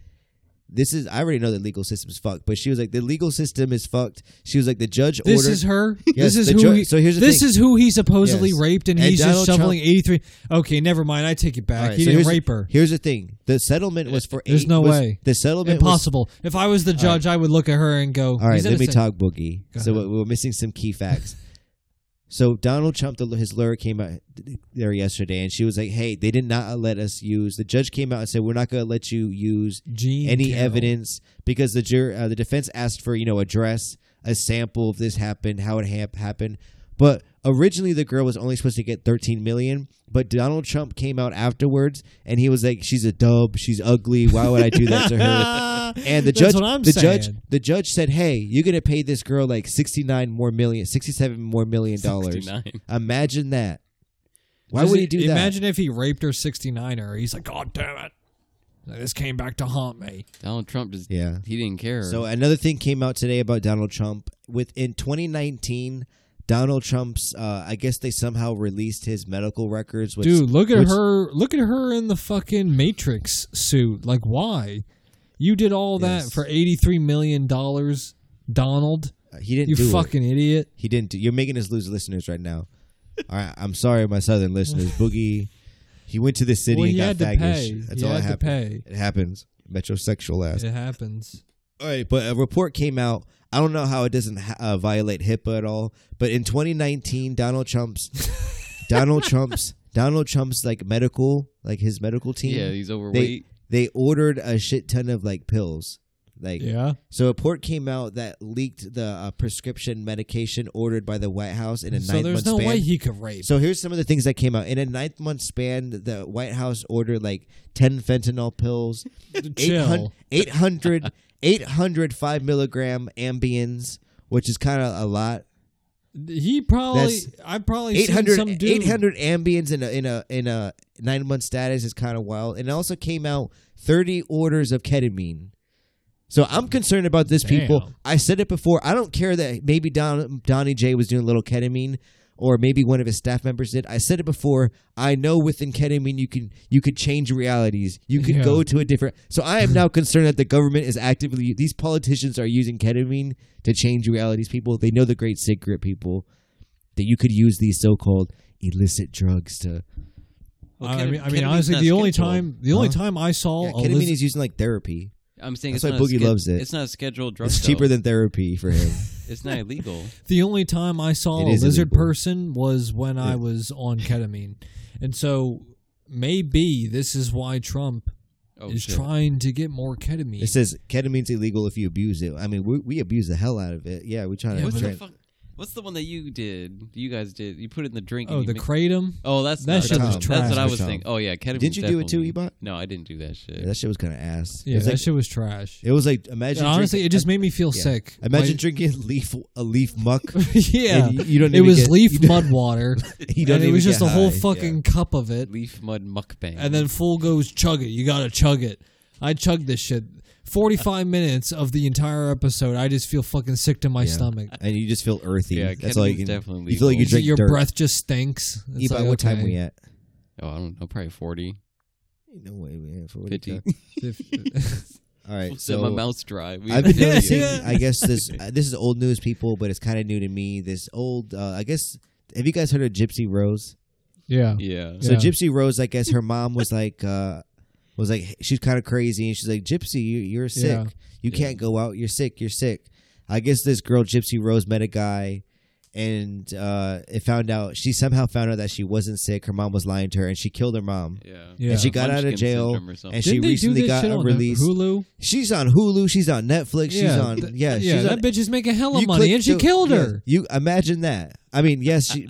Speaker 1: this is I already know the legal system is fucked, but she was like the legal system is fucked. She was like the judge
Speaker 3: This
Speaker 1: ordered
Speaker 3: is her.
Speaker 1: Yes,
Speaker 3: this is
Speaker 1: the
Speaker 3: who.
Speaker 1: ju-
Speaker 3: he,
Speaker 1: so here's the
Speaker 3: this
Speaker 1: thing.
Speaker 3: is who he supposedly
Speaker 1: Yes.
Speaker 3: raped, and,
Speaker 1: And
Speaker 3: he's
Speaker 1: Donald
Speaker 3: just shoveling
Speaker 1: Trump-
Speaker 3: eighty three. Okay, never mind. I take it back.
Speaker 1: All right,
Speaker 3: he
Speaker 1: so
Speaker 3: didn't
Speaker 1: here's the-
Speaker 3: rape her.
Speaker 1: Here's the thing: the settlement was for.
Speaker 3: There's
Speaker 1: eight,
Speaker 3: no
Speaker 1: was-
Speaker 3: way.
Speaker 1: The settlement was
Speaker 3: Impossible. if I was the judge, I would look at her and go.
Speaker 1: All right,
Speaker 3: he's
Speaker 1: let me
Speaker 3: innocent.
Speaker 1: talk boogie.
Speaker 3: Go
Speaker 1: so
Speaker 3: ahead.
Speaker 1: we're missing some key facts. so Donald Trump, the, his lawyer came out there yesterday, and she was like, "Hey, they did not let us use." The judge came out and said, "We're not going to let you use
Speaker 3: Gene
Speaker 1: any
Speaker 3: Carroll.
Speaker 1: evidence because the jur- uh, the defense asked for you know a dress, a sample of this happened, how it hap happened." But originally, the girl was only supposed to get 13 million. But Donald Trump came out afterwards, and he was like, "She's a dub. She's ugly. Why would I do that to her?" And the
Speaker 3: That's
Speaker 1: judge,
Speaker 3: what I'm
Speaker 1: the
Speaker 3: saying.
Speaker 1: judge, the judge said, "Hey, you're gonna pay this girl like sixty nine more million, sixty seven more million dollars.
Speaker 2: 69.
Speaker 1: Imagine that. Why
Speaker 3: Does
Speaker 1: would
Speaker 3: he-
Speaker 1: he do that?
Speaker 3: Imagine if he raped her sixty nine er. He's like, God damn it. This came back to haunt me.
Speaker 2: Donald Trump just
Speaker 1: Yeah.
Speaker 2: he didn't care.
Speaker 1: So another thing came out today about Donald Trump. Within 2019, Donald Trump's, uh, I guess they somehow released his medical records. Which,
Speaker 3: Dude, look at
Speaker 1: which-
Speaker 3: her. Look at her in the fucking Matrix suit. Like, why? You did all that
Speaker 1: Yes.
Speaker 3: for $83 million, Donald.
Speaker 1: uh, He didn't
Speaker 3: You
Speaker 1: do it.
Speaker 3: fucking idiot.
Speaker 1: He didn't. Do, you're making us lose listeners right now. All right, I'm sorry, my southern listeners. Boogie, he went to the city
Speaker 3: Well,
Speaker 1: and
Speaker 3: he
Speaker 1: got
Speaker 3: had to
Speaker 1: faggish.
Speaker 3: pay.
Speaker 1: That's
Speaker 3: He
Speaker 1: all
Speaker 3: had
Speaker 1: that
Speaker 3: to
Speaker 1: happened. It happens. Metrosexual ass.
Speaker 3: It happens.
Speaker 1: All right, but a report came out. I don't know how it doesn't ha- uh, violate HIPAA at all, but in 2019, Donald Trump's Donald Trump's Donald Trump's like medical, like his medical team.
Speaker 2: yeah, he's
Speaker 1: they
Speaker 2: overweight.
Speaker 1: they ordered a shit ton of like pills. Like
Speaker 3: Yeah.
Speaker 1: so a report came out that leaked the uh, prescription medication ordered by the White House in a
Speaker 3: So
Speaker 1: nine
Speaker 3: there's
Speaker 1: month
Speaker 3: no
Speaker 1: span.
Speaker 3: way he could rape.
Speaker 1: So here's some of the things that came out in a ninth month span. The White House ordered like ten fentanyl pills,
Speaker 3: Chill.
Speaker 1: 800, 800 five milligram Ambiens, which is kind of a lot.
Speaker 3: He probably,
Speaker 1: That's-
Speaker 3: I've probably seen
Speaker 1: 800,
Speaker 3: some dude.
Speaker 1: 800 Ambiens in a in a in a nine month status is kind of wild. And it also came out thirty orders of ketamine. So I'm concerned about this, people.
Speaker 3: Damn.
Speaker 1: I said it before. I don't care that maybe Don, Donnie J was doing a little ketamine, or maybe one of his staff members did. I said it before. I know within ketamine you can you could change realities. You can
Speaker 3: Yeah.
Speaker 1: go to a different. So I am now concerned that the government is actively. These politicians are using ketamine to change realities. People they know the great secret. People that you could use these so-called illicit drugs to.
Speaker 2: Well,
Speaker 3: I
Speaker 2: ketam-
Speaker 3: mean, I mean
Speaker 2: ketamine's
Speaker 3: honestly,
Speaker 2: not
Speaker 3: the only
Speaker 2: scheduled.
Speaker 3: time, the only
Speaker 1: Huh?
Speaker 3: time I saw
Speaker 1: Yeah,
Speaker 3: a
Speaker 1: ketamine
Speaker 3: lis-
Speaker 1: is using like therapy.
Speaker 2: I'm saying
Speaker 1: That's
Speaker 2: it's
Speaker 1: why
Speaker 2: not a
Speaker 1: Boogie
Speaker 2: sched-
Speaker 1: loves it.
Speaker 2: It's not a scheduled drug.
Speaker 1: It's
Speaker 2: though.
Speaker 1: cheaper than therapy for him.
Speaker 2: It's not illegal.
Speaker 3: The only time I saw a
Speaker 1: It is
Speaker 3: lizard
Speaker 1: illegal.
Speaker 3: person was when I was on ketamine. And so maybe this is why Trump
Speaker 2: Oh
Speaker 3: is
Speaker 2: shit.
Speaker 3: trying to get more ketamine.
Speaker 1: It says ketamine's illegal if you abuse it. I mean, we, we abuse the hell out of it. Yeah, we're trying to.
Speaker 2: What's
Speaker 1: try-
Speaker 2: the fuck? What's the one that you did? You guys did. You put it in the drink.
Speaker 3: oh,
Speaker 2: and you
Speaker 3: the
Speaker 2: make-
Speaker 3: kratom?
Speaker 2: Oh, that's
Speaker 3: That
Speaker 2: no,
Speaker 3: shit
Speaker 2: that's,
Speaker 1: was
Speaker 2: that's
Speaker 1: trash.
Speaker 2: what I
Speaker 1: That's
Speaker 2: was
Speaker 1: dumb.
Speaker 2: thinking. Oh yeah, ketamine.
Speaker 1: Didn't you do it too, Ebot?
Speaker 2: No, I didn't do that shit.
Speaker 1: Yeah, that shit was kind of ass.
Speaker 3: Yeah,
Speaker 1: it was
Speaker 3: that
Speaker 1: like,
Speaker 3: shit was trash.
Speaker 1: It was like imagine.
Speaker 3: And honestly,
Speaker 1: drinking-
Speaker 3: it just made me feel
Speaker 1: yeah.
Speaker 3: sick.
Speaker 1: Imagine
Speaker 3: Like-
Speaker 1: drinking leaf a leaf muck.
Speaker 3: yeah,
Speaker 1: and you- you don't
Speaker 3: it
Speaker 1: even
Speaker 3: was
Speaker 1: get- you
Speaker 3: leaf
Speaker 1: don't-
Speaker 3: mud water,
Speaker 1: You don't
Speaker 3: and it
Speaker 1: even
Speaker 3: was just
Speaker 1: get
Speaker 3: a whole
Speaker 1: high.
Speaker 3: fucking cup of it.
Speaker 2: Leaf mud mukbang.
Speaker 3: And then fool goes chug it. You gotta chug it. I chugged this shit. Forty five minutes of the entire episode, I just feel fucking sick to my
Speaker 1: Yeah.
Speaker 3: stomach.
Speaker 1: Yeah. And you just feel earthy.
Speaker 2: Yeah,
Speaker 1: That's all you can.
Speaker 2: ketamine's definitely
Speaker 1: you feel like you
Speaker 2: legal.
Speaker 1: drink
Speaker 3: Your
Speaker 1: dirt.
Speaker 3: breath just stinks. It's
Speaker 1: Ebot,
Speaker 3: like,
Speaker 1: what time
Speaker 3: okay.
Speaker 1: we at?
Speaker 2: oh, I don't know, probably forty.
Speaker 1: No way, man. For
Speaker 2: 50.
Speaker 1: All right,
Speaker 2: So
Speaker 1: so
Speaker 2: my mouth's dry. We-
Speaker 1: I've been
Speaker 3: Yeah,
Speaker 1: noticing.
Speaker 3: yeah.
Speaker 1: I guess this uh, this is old news, people, but it's kind of new to me. This old, uh, I guess. Have you guys heard of Gypsy Rose?
Speaker 3: Yeah.
Speaker 2: yeah.
Speaker 1: So
Speaker 3: Yeah.
Speaker 1: Gypsy Rose, I guess her mom was like, uh, was like she's kind of crazy, and she's like, Gypsy, you, you're sick.
Speaker 3: Yeah.
Speaker 1: You can't go out. You're sick. You're sick. I guess this girl Gypsy Rose met a guy, and uh, it found out she somehow found out that she wasn't sick. Her mom was lying to her, and she killed her mom.
Speaker 2: Yeah.
Speaker 3: Yeah.
Speaker 1: And she got out of
Speaker 2: Munchkin
Speaker 1: jail,
Speaker 2: syndrome or something.
Speaker 1: and she
Speaker 3: Didn't they
Speaker 1: recently
Speaker 3: do this
Speaker 1: got
Speaker 3: shit
Speaker 1: a
Speaker 3: on
Speaker 1: release.
Speaker 3: Hulu?
Speaker 1: She's on Hulu. She's on Netflix. She's
Speaker 3: yeah,
Speaker 1: on
Speaker 3: th-
Speaker 1: yeah.
Speaker 3: yeah.
Speaker 1: she's
Speaker 3: that
Speaker 1: on,
Speaker 3: bitch is making hella
Speaker 1: you
Speaker 3: money,
Speaker 1: click
Speaker 3: and she
Speaker 1: the-
Speaker 3: killed
Speaker 1: yeah,
Speaker 3: her.
Speaker 1: You imagine that? I mean, yes. She,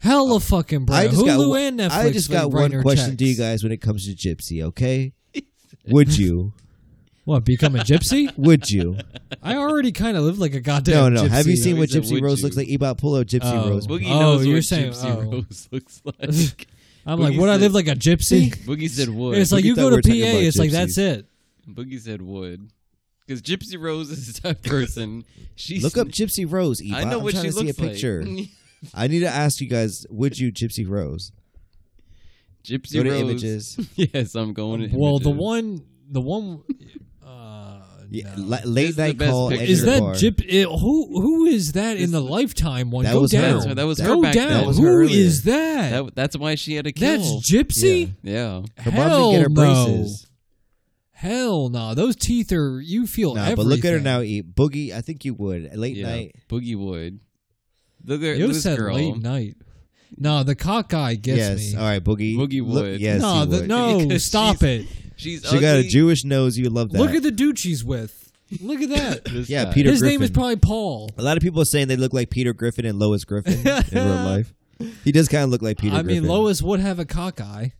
Speaker 3: Hella fucking bro.
Speaker 1: I just
Speaker 3: uh, Hulu
Speaker 1: got one-
Speaker 3: and Netflix.
Speaker 1: I just got
Speaker 3: been writing
Speaker 1: one
Speaker 3: her
Speaker 1: question to you
Speaker 3: checks.
Speaker 1: guys when it comes to Gypsy. Okay, would you?
Speaker 3: What? Become a gypsy?
Speaker 1: Would you?
Speaker 3: I already kind of live like a goddamn.
Speaker 1: no, no. Have you
Speaker 3: gypsy.
Speaker 1: seen what
Speaker 2: He said,
Speaker 1: Gypsy
Speaker 2: would
Speaker 1: Rose
Speaker 2: you?
Speaker 1: looks like? Ebot, pull out Gypsy
Speaker 3: Oh.
Speaker 1: Rose.
Speaker 2: Boogie
Speaker 3: Oh,
Speaker 2: knows
Speaker 3: you're
Speaker 2: what
Speaker 3: saying-
Speaker 2: Gypsy
Speaker 3: oh.
Speaker 2: Rose looks like.
Speaker 3: I'm
Speaker 2: Boogie
Speaker 3: like, would I
Speaker 2: said-
Speaker 3: live like a gypsy?
Speaker 2: Boogie said wood.
Speaker 3: it's like
Speaker 1: Boogie
Speaker 3: you
Speaker 1: thought
Speaker 3: go
Speaker 1: we were
Speaker 3: to PA.
Speaker 1: talking about
Speaker 3: It's like
Speaker 1: gypsies.
Speaker 3: that's it.
Speaker 2: Boogie said wood. Because Gypsy Rose is that person. She's
Speaker 1: Look up Gypsy Rose. Ebot.
Speaker 2: I know
Speaker 1: am
Speaker 2: what
Speaker 1: trying
Speaker 2: she
Speaker 1: to see a
Speaker 2: looks
Speaker 1: picture.
Speaker 2: like.
Speaker 1: I need to ask you guys: Would you Gypsy Rose?
Speaker 2: Gypsy
Speaker 1: Go to
Speaker 2: Rose.
Speaker 1: images.
Speaker 2: yes, I'm going. To
Speaker 3: Well, the
Speaker 2: images.
Speaker 3: one, the one. Uh,
Speaker 1: Yeah,
Speaker 3: no.
Speaker 1: la- late
Speaker 2: is the
Speaker 1: night
Speaker 2: best
Speaker 1: call.
Speaker 2: picture.
Speaker 1: at
Speaker 3: Is
Speaker 1: your
Speaker 3: that
Speaker 1: bar.
Speaker 3: Jip? eh, who who is that in the lifetime one?
Speaker 1: That
Speaker 3: Go
Speaker 1: was her.
Speaker 3: down.
Speaker 1: So
Speaker 2: that was her
Speaker 3: Go
Speaker 2: back then.
Speaker 3: down. Who
Speaker 2: That was
Speaker 3: is
Speaker 2: her earlier.
Speaker 3: that?
Speaker 2: That, that's why she had a kill.
Speaker 3: That's Gypsy.
Speaker 2: yeah.
Speaker 1: Her mom
Speaker 3: Hell
Speaker 1: didn't get her
Speaker 3: no.
Speaker 1: braces.
Speaker 3: Hell no. Those teeth are. You feel.
Speaker 1: Nah,
Speaker 3: everything.
Speaker 1: but look at her now. Eat boogie. I think you would late
Speaker 2: yeah.
Speaker 1: night.
Speaker 2: Boogie Wood. Look at
Speaker 3: You
Speaker 2: this
Speaker 3: said
Speaker 2: girl.
Speaker 3: late night. No, the cock guy gets
Speaker 1: yes.
Speaker 3: me.
Speaker 1: All right, boogie.
Speaker 2: Boogie
Speaker 1: Look-
Speaker 2: would.
Speaker 1: yes,
Speaker 3: no,
Speaker 1: he
Speaker 3: the-
Speaker 1: would.
Speaker 3: no.
Speaker 2: Because
Speaker 3: Stop it.
Speaker 2: She's
Speaker 1: She got a
Speaker 2: ugly.
Speaker 1: Jewish nose. You would love that.
Speaker 3: Look at the dude she's with. Look at that.
Speaker 2: This
Speaker 1: yeah,
Speaker 2: guy.
Speaker 1: Peter.
Speaker 3: His
Speaker 1: Griffin.
Speaker 3: name is probably Paul.
Speaker 1: A lot of people are saying they look like Peter Griffin and Lois Griffin in real life. He does kind of look like Peter.
Speaker 3: I
Speaker 1: Griffin.
Speaker 3: mean, Lois would have a cock eye.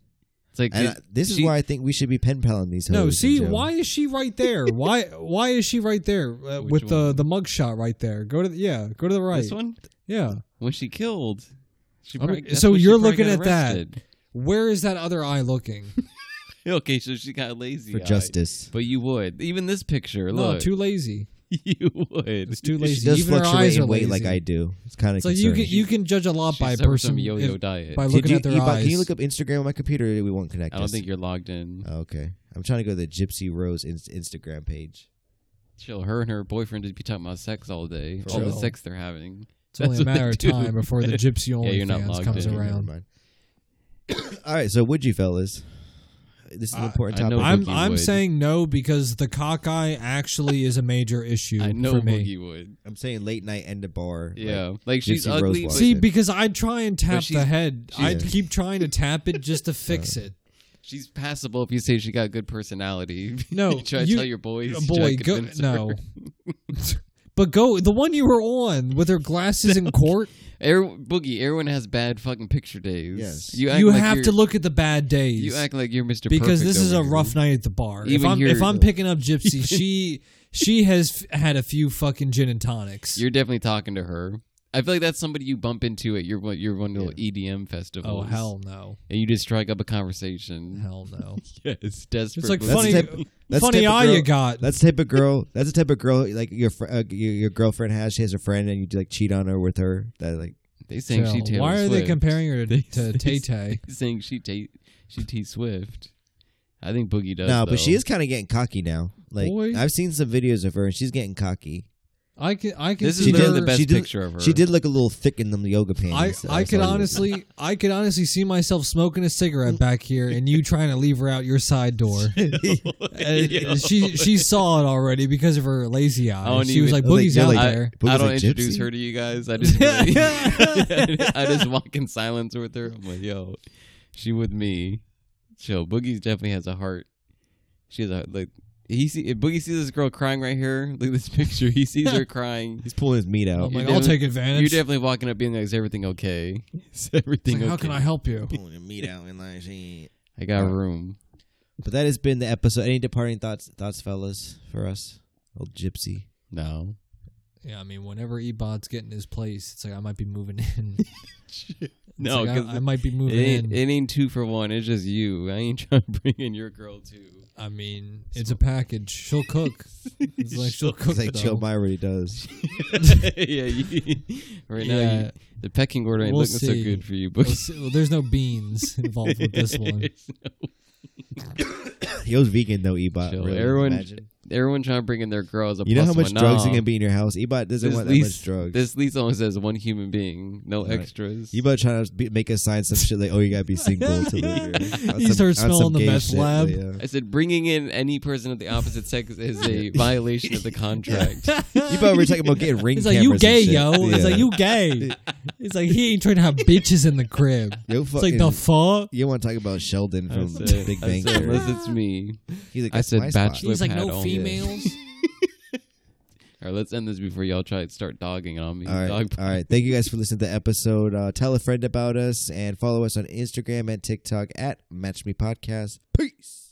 Speaker 2: It's like
Speaker 1: And
Speaker 2: she-
Speaker 1: I, this is
Speaker 2: she-
Speaker 1: why I think we should be pen paling these.
Speaker 3: No,
Speaker 1: hoes,
Speaker 3: see,
Speaker 1: Joe.
Speaker 3: why is she right there? Why why is she right there uh,
Speaker 2: Which
Speaker 3: with the
Speaker 2: one?
Speaker 3: the mug shot right there? Go to the, yeah, go to the right.
Speaker 2: This one
Speaker 3: Yeah.
Speaker 2: when she killed. She
Speaker 3: I'm-
Speaker 2: probably, that's
Speaker 3: so
Speaker 2: when she
Speaker 3: you're
Speaker 2: probably
Speaker 3: looking
Speaker 2: got
Speaker 3: at that.
Speaker 2: arrested.
Speaker 3: Where is that other eye looking?
Speaker 2: Okay, so she got lazy
Speaker 1: for
Speaker 2: eye.
Speaker 1: justice?
Speaker 2: But you would even this picture.
Speaker 3: no,
Speaker 2: look,
Speaker 3: Oh, too lazy.
Speaker 2: you would.
Speaker 3: It's too
Speaker 1: She
Speaker 3: lazy.
Speaker 1: does
Speaker 3: Even her
Speaker 1: fluctuate
Speaker 3: eyes
Speaker 1: in
Speaker 3: are
Speaker 1: weight
Speaker 3: lazy.
Speaker 1: like I do. It's kind of
Speaker 3: It's like you can you can judge a lot
Speaker 2: She
Speaker 3: by a
Speaker 2: suffered
Speaker 3: person
Speaker 2: from yo-yo
Speaker 3: if-
Speaker 2: diet.
Speaker 3: by
Speaker 2: I
Speaker 1: Did
Speaker 3: looking
Speaker 1: you,
Speaker 3: at their
Speaker 1: Ebot,
Speaker 3: eyes.
Speaker 1: can you look up Instagram on my computer? We won't connect.
Speaker 2: don't
Speaker 1: us. Oh,
Speaker 2: think you're logged
Speaker 1: Uh,
Speaker 2: in.
Speaker 1: Okay, I'm trying to go to the Gypsy Rose inst- Instagram page.
Speaker 2: Chill. Her and her boyfriend just be talking about sex all day.
Speaker 3: For
Speaker 2: all the
Speaker 3: real.
Speaker 2: sex they're having.
Speaker 3: it's only a
Speaker 2: That's what
Speaker 3: matter of
Speaker 2: they do.
Speaker 3: time before the gypsy
Speaker 2: Yeah,
Speaker 3: only
Speaker 2: you're not
Speaker 3: fans
Speaker 2: logged
Speaker 3: comes
Speaker 2: in.
Speaker 1: Never
Speaker 3: around.
Speaker 1: mind. All right, so would you fellas? This is an
Speaker 3: I-
Speaker 1: important
Speaker 2: I know
Speaker 1: topic.
Speaker 3: I'm
Speaker 2: Boogie
Speaker 3: I'm
Speaker 2: would.
Speaker 3: saying no because the cock eye actually is a major issue
Speaker 2: I know
Speaker 3: for me.
Speaker 2: Boogie would.
Speaker 1: I'm saying late night and the bar.
Speaker 2: Yeah,
Speaker 1: like,
Speaker 2: like, she's
Speaker 1: Gypsy
Speaker 2: ugly.
Speaker 1: Rose
Speaker 2: but
Speaker 1: was.
Speaker 3: See,
Speaker 1: Boogie.
Speaker 3: because I'd try and tap the
Speaker 2: she's-
Speaker 3: head.
Speaker 2: she's-
Speaker 3: I'd keep trying to tap it just to
Speaker 2: Uh,
Speaker 3: fix it.
Speaker 2: She's passable if you say she got good personality.
Speaker 3: No,
Speaker 2: you try to
Speaker 3: you-
Speaker 2: tell your boys.
Speaker 3: Uh,
Speaker 2: you try
Speaker 3: boy,
Speaker 2: to
Speaker 3: go
Speaker 2: convince her.
Speaker 3: no. but go the one you were on with her glasses in court.
Speaker 2: Every- Boogie, everyone has bad fucking picture days.
Speaker 1: Yes.
Speaker 2: you, act
Speaker 3: You
Speaker 2: like
Speaker 3: have
Speaker 2: you're-
Speaker 3: to look at the bad days.
Speaker 2: You act like you're Mr.
Speaker 3: because
Speaker 2: Perfect
Speaker 3: this is
Speaker 2: over
Speaker 3: a
Speaker 2: here.
Speaker 3: rough night at the bar. If
Speaker 2: Even
Speaker 3: I'm,
Speaker 2: your-
Speaker 3: if I'm picking up Gypsy, she she has f- had a few fucking gin and tonics.
Speaker 2: You're definitely talking to her. I feel like that's somebody you bump into at your one- your one E little EDM festival.
Speaker 3: oh hell no,
Speaker 2: And you just strike up a conversation.
Speaker 3: hell no.
Speaker 2: Yes, desperate.
Speaker 3: It's like
Speaker 1: That's
Speaker 3: funny
Speaker 1: the type- that's the
Speaker 3: funny
Speaker 1: type of
Speaker 3: eye
Speaker 1: girl-
Speaker 3: you got.
Speaker 1: That's the type of girl. That's the type of girl like your fr- uh, your, your girlfriend has. She has a friend, and you like cheat on her with her. That like
Speaker 2: they saying she
Speaker 3: Chill.
Speaker 2: Taylor
Speaker 3: Why are they
Speaker 2: Swift.
Speaker 3: comparing her to, to Tay
Speaker 2: They
Speaker 3: Tay?
Speaker 2: saying she Tay she T Swift? I think Boogie does.
Speaker 1: no, but
Speaker 2: though.
Speaker 1: she is kind of getting cocky now. Like
Speaker 3: Boy.
Speaker 1: I've seen some videos of her, and she's getting cocky.
Speaker 3: I can I can
Speaker 2: This is
Speaker 1: She
Speaker 2: literally
Speaker 1: did-
Speaker 2: the best
Speaker 1: she did-
Speaker 2: picture of her.
Speaker 1: She did look a little thick in them yoga
Speaker 3: I,
Speaker 1: pants.
Speaker 3: I
Speaker 1: That's
Speaker 3: could
Speaker 1: all you-
Speaker 3: honestly I could honestly see myself smoking a cigarette back here and you trying to leave her out your side door. Uh, she she saw it already because of her lazy
Speaker 2: I
Speaker 3: eye.
Speaker 2: don't
Speaker 3: She was
Speaker 2: even-
Speaker 3: like,
Speaker 1: I was like,
Speaker 3: "Boogie's
Speaker 1: you're
Speaker 3: out
Speaker 1: like-
Speaker 3: there."
Speaker 1: Boogie's
Speaker 2: I don't
Speaker 1: like,
Speaker 2: introduce
Speaker 1: "Gypsy?"
Speaker 2: her to you guys. I just really- I just walk in silence with her. I'm like, yo, she with me. Chill. Boogie definitely has a heart. She has a like. He see if Boogie sees this girl crying right here. Look at this picture. He sees her crying.
Speaker 1: He's pulling his meat out.
Speaker 3: I'm
Speaker 2: You're
Speaker 3: like, "I'll
Speaker 2: definitely-
Speaker 3: take
Speaker 2: You're
Speaker 3: advantage."
Speaker 2: definitely walking up being like, "Is everything okay? Is
Speaker 3: It's
Speaker 2: everything
Speaker 3: like,
Speaker 2: okay?
Speaker 3: How can I help you?
Speaker 1: pulling his meat out, and like she.
Speaker 2: I got room.
Speaker 1: But that has been the episode. Any departing thoughts, thoughts, fellas, for us, old Gypsy.
Speaker 2: No.
Speaker 3: Yeah, I mean, whenever Ebot's getting his place, it's like I might be moving in. It's
Speaker 2: No,
Speaker 3: like,
Speaker 2: because
Speaker 3: I, I might be
Speaker 2: it,
Speaker 3: moving
Speaker 2: ain't-
Speaker 3: in.
Speaker 2: it ain't two for one. It's just you. I ain't trying to bring in your girl too.
Speaker 3: I mean, it's a package. She'll cook. It's like she'll cook.
Speaker 1: It's like Joe
Speaker 3: though.
Speaker 1: Meyer really does.
Speaker 2: yeah, you, right now
Speaker 3: Yeah.
Speaker 2: you, the pecking order ain't
Speaker 3: We'll
Speaker 2: looking
Speaker 3: see.
Speaker 2: so good for you,
Speaker 3: Well,
Speaker 2: Boogie.
Speaker 3: s- well, there's no beans involved with this one.
Speaker 1: He was vegan though, Ebot.
Speaker 2: Chill.
Speaker 1: Really,
Speaker 2: Everyone,
Speaker 1: imagine.
Speaker 2: everyone trying to bring in their girls. A
Speaker 1: You know
Speaker 2: plus
Speaker 1: how much
Speaker 2: one.
Speaker 1: drugs are
Speaker 2: Nah.
Speaker 1: gonna be in your house. Ebot doesn't
Speaker 2: This
Speaker 1: want that
Speaker 2: lease,
Speaker 1: much drugs.
Speaker 2: this lease only says one human being, no
Speaker 1: Right.
Speaker 2: extras.
Speaker 1: You better try to be, make us sign some shit like, oh, you gotta be single to live here. On
Speaker 3: He starts
Speaker 1: on
Speaker 3: smelling the
Speaker 1: gay
Speaker 3: meth
Speaker 1: shit,
Speaker 3: lab.
Speaker 1: yeah.
Speaker 2: I said bringing in any person of the opposite sex is a violation of the contract.
Speaker 1: You better we're talking about getting ring
Speaker 3: It's like
Speaker 1: cameras
Speaker 3: you
Speaker 1: and
Speaker 3: gay,
Speaker 1: shit.
Speaker 3: yo. It's
Speaker 1: Yeah.
Speaker 3: like you gay. It's like he ain't trying to have bitches in the crib.
Speaker 1: Yo
Speaker 3: It's like
Speaker 1: fucking-
Speaker 3: the fuck.
Speaker 1: You want to talk about Sheldon
Speaker 2: I
Speaker 1: from
Speaker 2: said,
Speaker 1: Big
Speaker 2: I
Speaker 1: Bang
Speaker 2: said,
Speaker 1: Theory?
Speaker 2: unless it's me.
Speaker 1: He's like,
Speaker 2: I
Speaker 1: "That's
Speaker 2: said
Speaker 1: my spot."
Speaker 2: bachelor. He's like, no
Speaker 1: females.
Speaker 2: All right, let's end this before y'all try to start dogging on me.
Speaker 1: All right,
Speaker 2: Dog-
Speaker 1: all right. Thank you guys for listening to the episode. Uh, tell a friend about us and follow us on Instagram and TikTok at Match Me Podcast. Peace.